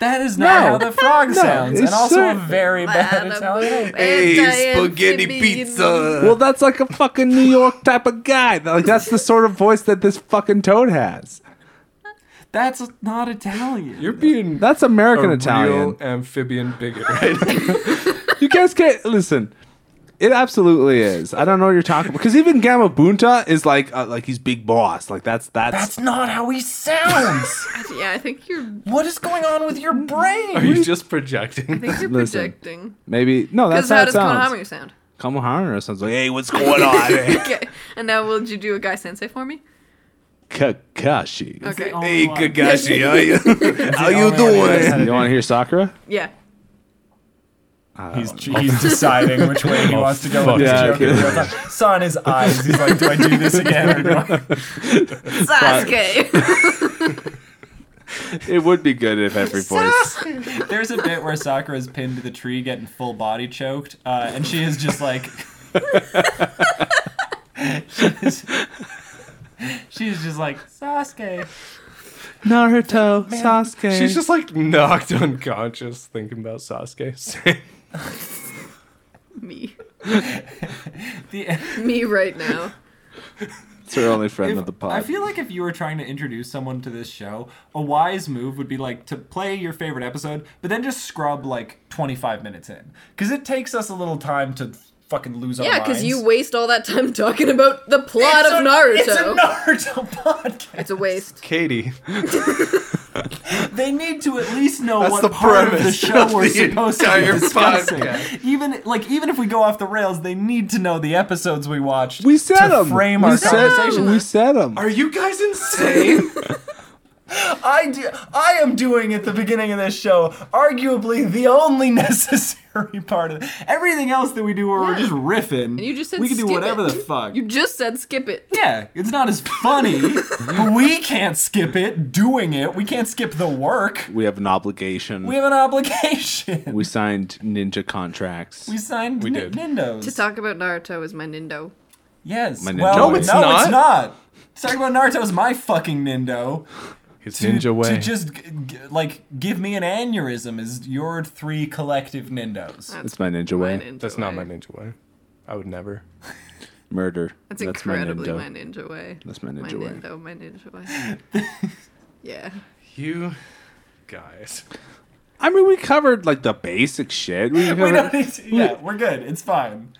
That is not
No.
how the frog
No,
sounds, and
it's
also a
certain-
very bad Italian.
Anti-amphibian.
Well, that's like a fucking New York type of guy. Like that's the sort of voice that this fucking toad has.
That's not Italian.
You're being
That's American
a
Italian.
real amphibian bigot right now.
You guys can't listen. It absolutely is. I don't know what you're talking about because even Gamabunta is like uh, like he's big boss. Like that's that's.
That's not how he sounds.
yeah, I think you're. I
what is going on with your
Are
brain?
you just projecting?
think you're
Listen.
projecting.
Maybe no, that's
Because
how
how
it
does
sounds.
Konohamaru sound?
Kamohamara sounds like, hey, what's going on?
Okay, and now will you do a guy sensei for me?
Kakashi.
Okay.
Hey,
Kakashi, how you, how you doing? You want to hear Sakura?
Yeah.
He's, he's deciding which way he wants to go with this
fuck.
joke.
Yeah,
at real time. Saw in his eyes, he's like, "Do I do this again?" Or do I?
Sasuke.
It would be good if every voice.
There's a bit where Sakura is pinned to the tree, getting full body choked, uh, and she is just like, she is, she is just like Sasuke.
Naruto, Sasuke.
She's just like knocked unconscious thinking about Sasuke.
me.
The,
Me right now.
it's her only friend
If-
of the pod.
I feel like if you were trying to introduce someone to this show, a wise move would be like to play your favorite episode, but then just scrub like 25 minutes in, because it takes us a little time to fucking lose our
Yeah,
minds.
because you waste all that time talking about the plot
It's
of
a-
Naruto.
It's a Naruto podcast.
It's a waste.
Katie.
They need to at least know
That's
what
the
part of the
premise
show
of
we're
the
supposed to
entire
be discussing.
podcast.
Even like even if we go off the rails, they need to know the episodes we watched.
we said
to
them.
frame
we
our
said,
conversation.
We said them.
Are you guys insane?
I do, I am doing at the beginning of this show arguably the only necessary part of it. everything else that we do where we're
Yeah.
just riffing. And
you just said
we can do
skip
whatever
it.
the fuck.
You just said skip it.
yeah, it's not as funny, but we can't skip it. Doing it, we can't skip the work.
We have an obligation.
We
We,
have an obligation.
signed ninja contracts.
We signed
We
Ni-
did.
Nindos.
To talk about Naruto is my Nindo.
Yes.
My
Well,
Nintendo
no,
way.
it's not. It's not. Talking about Naruto is my fucking Nindo.
His
To- To just g- g- like give me an aneurysm is your three collective Nindos.
That's my ninja way.
My ninja
That's not my
way.
ninja way. I would never.
Murder.
That's incredibly my
my nindo.
ninja, way.
That's my
My
ninja way.
Nindo, my ninja way. yeah.
You guys.
I mean, we covered like the basic shit. We
we don't
covered,
need to, yeah, we're good. It's fine.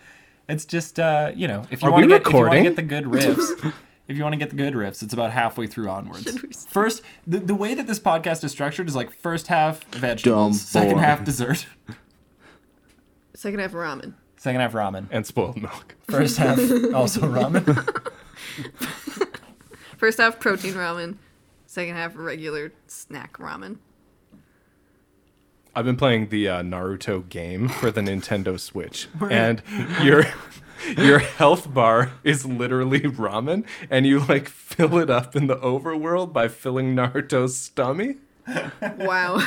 It's just uh, you know, if you
Are
want to
we
get if you wanna
recording?
get the good riffs, if you want to get the good riffs, it's about halfway through onwards. First, the, the way that this podcast is structured is like first half
Dumb
vegetables, second
boy.
half dessert,
Second half ramen.
second half ramen,
And spoiled milk.
first half also ramen.
First half protein ramen. Second half regular snack ramen.
I've been playing the uh, Naruto game for the Nintendo Switch, and you're your health bar is literally ramen, and you like fill it up in the overworld by filling Naruto's stomach.
Wow.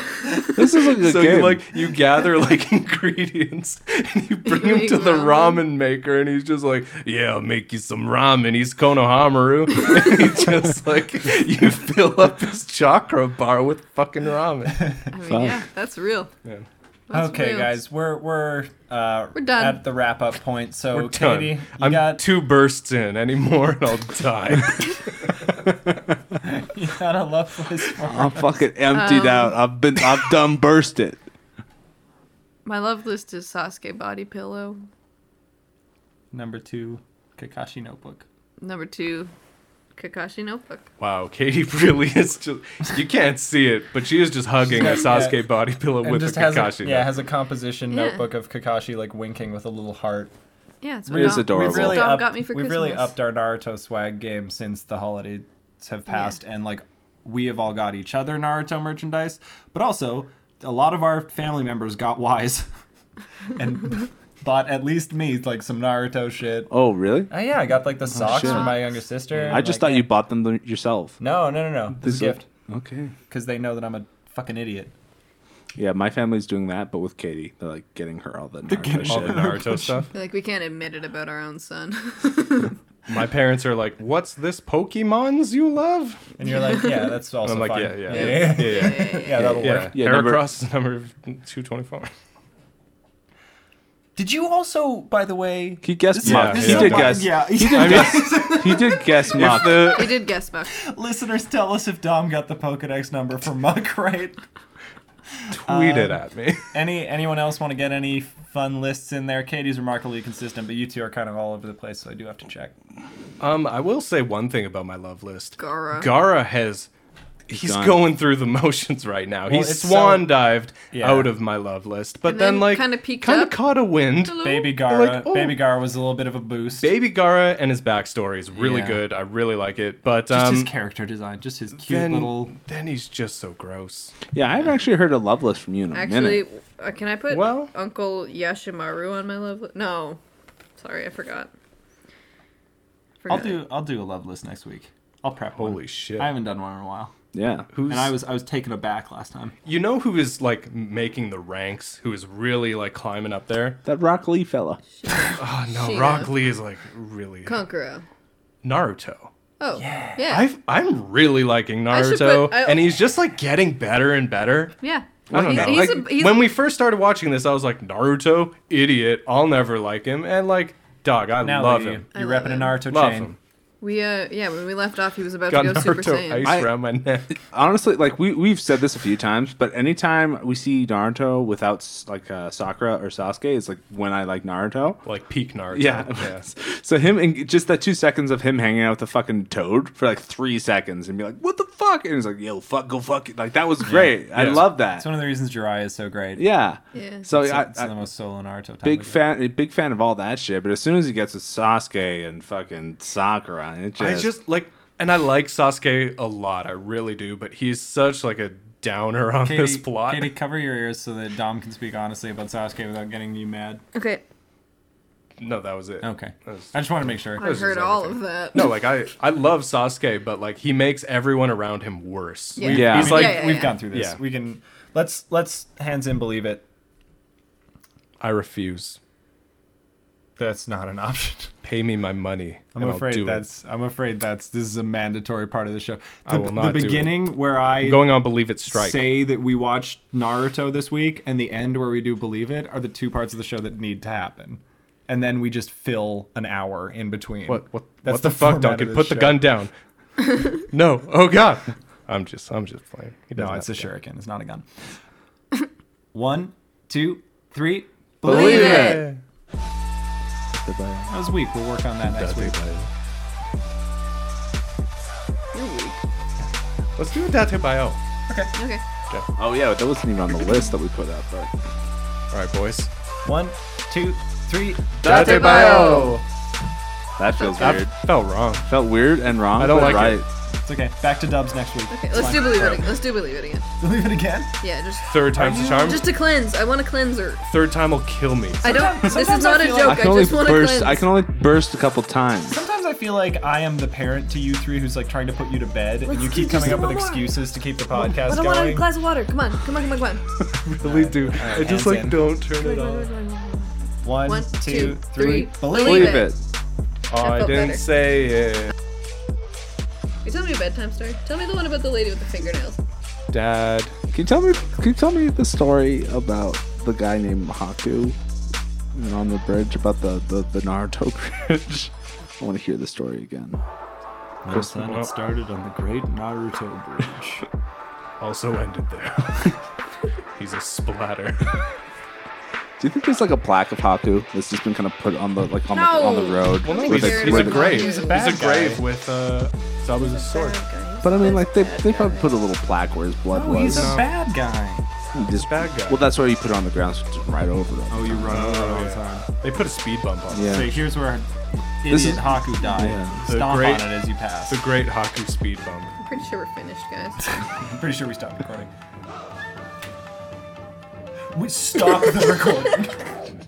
This is a good
so
game.
you like you gather like ingredients and you bring them
make
to the
ramen?
ramen maker and he's just like yeah i'll make you some ramen he's konohamaru and he just like you fill up his chakra bar with fucking ramen
I mean, yeah, that's real. That's
Okay,
real.
guys, we're we're uh,
We're done.
at the wrap up point. So
We're done.
Katie, you
i'm
got
two bursts in anymore and i'll die
you got a loveless one.
I'm fucking emptied
Um,
out. I've been I've done burst it.
My love list is Sasuke body pillow.
number two, Kakashi Notebook.
Number two, Kakashi notebook.
wow katie really is just you can't see it but she is just hugging a sasuke body pillow
And
with a
just has
kakashi
a, yeah has a composition
Yeah.
notebook of Kakashi like winking with a little heart.
Yeah, it's
It is
Dom-
adorable.
it's what Dom
upped,
got me for
we've
Christmas.
really upped our Naruto swag game since the holidays have passed, and like we have all got each other Naruto merchandise, but also a lot of our family members got wise and bought at least me like some Naruto shit.
Oh really?
Oh yeah, I got like the socks
shit.
from my younger sister.
I just
like,
thought you bought them th- yourself.
No, no, no, no. This is a gift
Okay.
because they know that I'm a fucking idiot.
Yeah, my family's doing that, but with Katie, they're like getting her all the Naruto
all the
shit.
naruto stuff
Like we can't admit it about our own son.
my parents are like, "What's this Pokemon's you love?"
And you're like, yeah, that's also
I'm like,
fine.
"Yeah, yeah,
yeah,
yeah, yeah, yeah."
Yeah, that'll
yeah.
work.
Yeah, number-
Heracross is number two twenty-four.
Did you also, by the way?
He guessed
This is-
muck.
this
He
is
did
why-
guess.
Yeah,
He did guess. He did guess muck.
we did guess Buck.
Listeners, tell us if Dom got the Pokedex number for Muck right.
Uh,
Tweet it at me.
Any anyone else want to get any fun lists in there? Katie's remarkably consistent, but you two are kind of all over the place, so I do have to check.
Um, I will say one thing about my love list.
Gara.
Gara has. He's
Done.
going through the motions right now. he
it's so-
swan dived
Yeah.
out of my love list, but
And
then,
then
like
kinda peeked
kinda
up.
caught a wind.
Hello?
Baby Gara,
Like, oh.
Baby Gara was a little bit of a boost.
Baby Gara and his backstory is really
Yeah.
good. I really like it, but
just his
um,
character design, just his cute
then
little.
then he's just so gross.
Yeah, I haven't actually heard a love list from you in a
Actually,
minute.
uh, can I put
Well-
Uncle Yashimaru on my love? li- No, sorry, I forgot.
I'll
Forgot.
do I'll do a love list next week. I'll prep. one.
Holy shit!
I haven't done one in a while,
Yeah.
Who's
and I was I was taken aback last time.
You know who is like making the ranks? Who is really like climbing up there?
That Rock Lee fella.
Oh no,
Shino.
Rock Lee is like really
Konkuro.
Naruto.
Oh, yeah, yeah.
i I'm really liking
I should
Naruto,
put- I-
and he's just like getting better and better. I don't
he's,
know.
He's
Like,
a, he's
when we first started watching this, I was like, Naruto, idiot, I'll never like him, and like, dog, I
Now
love
that you,
him,
I
You're
love
repping a
him.
Naruto
love
chain.
him.
we uh yeah when we left off, he was about
Got
to go Super
Naruto
Saiyan.
ice
I-
around my neck.
Honestly, like we we've said this a few times, but anytime we see Naruto without s- like uh, Sakura or Sasuke, it's like when I like Naruto.
Like peak Naruto.
Yeah. So him and just that two seconds of him hanging out with the fucking toad for like three seconds and be like, "What the fuck?" And he's like, "Yo, fuck, go fuck it." Like that was great. I
Yeah.
love that.
It's one of the reasons Jiraiya is so great.
Yeah.
Yeah.
So
it's,
I,
it's
I-
the most solo Naruto. Time
big
we got.
fan, big fan of all that shit. But as soon as he gets with Sasuke and fucking Sakura, it just,
I just like, and I like Sasuke a lot, I really do, but he's such like a downer on
Katie,
this plot.
Katie, cover your ears so that Dom can speak honestly about Sasuke without getting you mad.
Okay,
No, that was it.
Okay.
That was-
I just want to make sure.
I
This is
heard all of
everything.
that.
No, like I, I love Sasuke, but like he makes everyone around him worse.
yeah,
Yeah.
He's like,
yeah, yeah,
we've
yeah.
gone through this.
Yeah.
We can let's let's hands in believe it.
I refuse.
That's not an option.
Pay me my money.
I'm
and I'll
afraid
do it.
that's I'm afraid that's this is a mandatory part of the show. The,
I will not
the
do it.
beginning where I
I'm going on. Believe it, strike.
say that we watched Naruto this week and the end where we do believe it are the two parts of the show that need to happen. And then we just fill an hour in between.
what? What?
That's
what the,
the
fuck,
format
Duncan?
of
Put
this show.
the gun down. no. Oh God. I'm just. I'm just playing. He doesn't
No, it's a
have to.
shuriken. It's not a gun. One, two, three.
Believe
Believe it.
it.
That was weak. We'll work on that next week.
You're weak.
Let's do a date bio. All
Okay.
oh yeah, that wasn't even on the list that we put up. But
right, boys.
One, two, three.
Date bio.
that feels weird.
That felt wrong.
Felt weird and wrong.
I don't
but
like
right.
it.
It's okay. Back to dubs next week.
Okay, let's do believe it. Again. Let's do believe it again.
Believe it again.
Yeah, just
Third time's a
Um,
charm.
just to cleanse. I want a cleanser.
Third time will kill me.
I don't. This is
sometimes
not
I
a
feel-
I
joke.
can
I,
only
just want to cleanse.
burst. I can only burst a couple times.
Sometimes I feel like I am the parent to you three who's like trying to put you to bed, and you keep
do
coming
some
up with
more.
excuses to keep the podcast
But I want a
going.
glass of water. Come on, come on, come on, come on.
really do. I just
hands
like
in.
don't turn it on.
One,
One,
two,
two,
three.
three.
Believe.
Believe
Believe it.
it.
Oh, I
felt
didn't
better.
say it.
You tell me a bedtime story. Tell me the one about the lady with the fingernails.
Dad.
Can you tell me? Can you tell me the story about the guy named Haku and on the bridge about the the, the Naruto bridge? I want to hear the story again.
My son had started on the Great Naruto Bridge.
Also ended there. He's a splatter.
Do you think there's like a plaque of Haku that's just been kind of put on the like on, the, on the
No.
road?
Well, no,
with
he's,
a-
a, he's a
with
a-
grave.
He's a
bad
he's a grave
guy.
with uh, Zabuza's sword.
But I mean, like they, they probably put a little plaque where his blood
Oh,
was.
he's a bad guy.
He just-
bad guy.
Well, that's why you put it on the ground, so it's just right over it.
Oh, you run over
Oh,
all the
yeah.
time.
They put a speed bump on it.
yeah.
So here's where idiot
This is-
Haku died.
Yeah.
The
Stomp
great-
on it as you pass.
The great Haku speed bump.
I'm pretty sure we're finished, guys.
I'm pretty sure we stopped recording. We stopped the recording.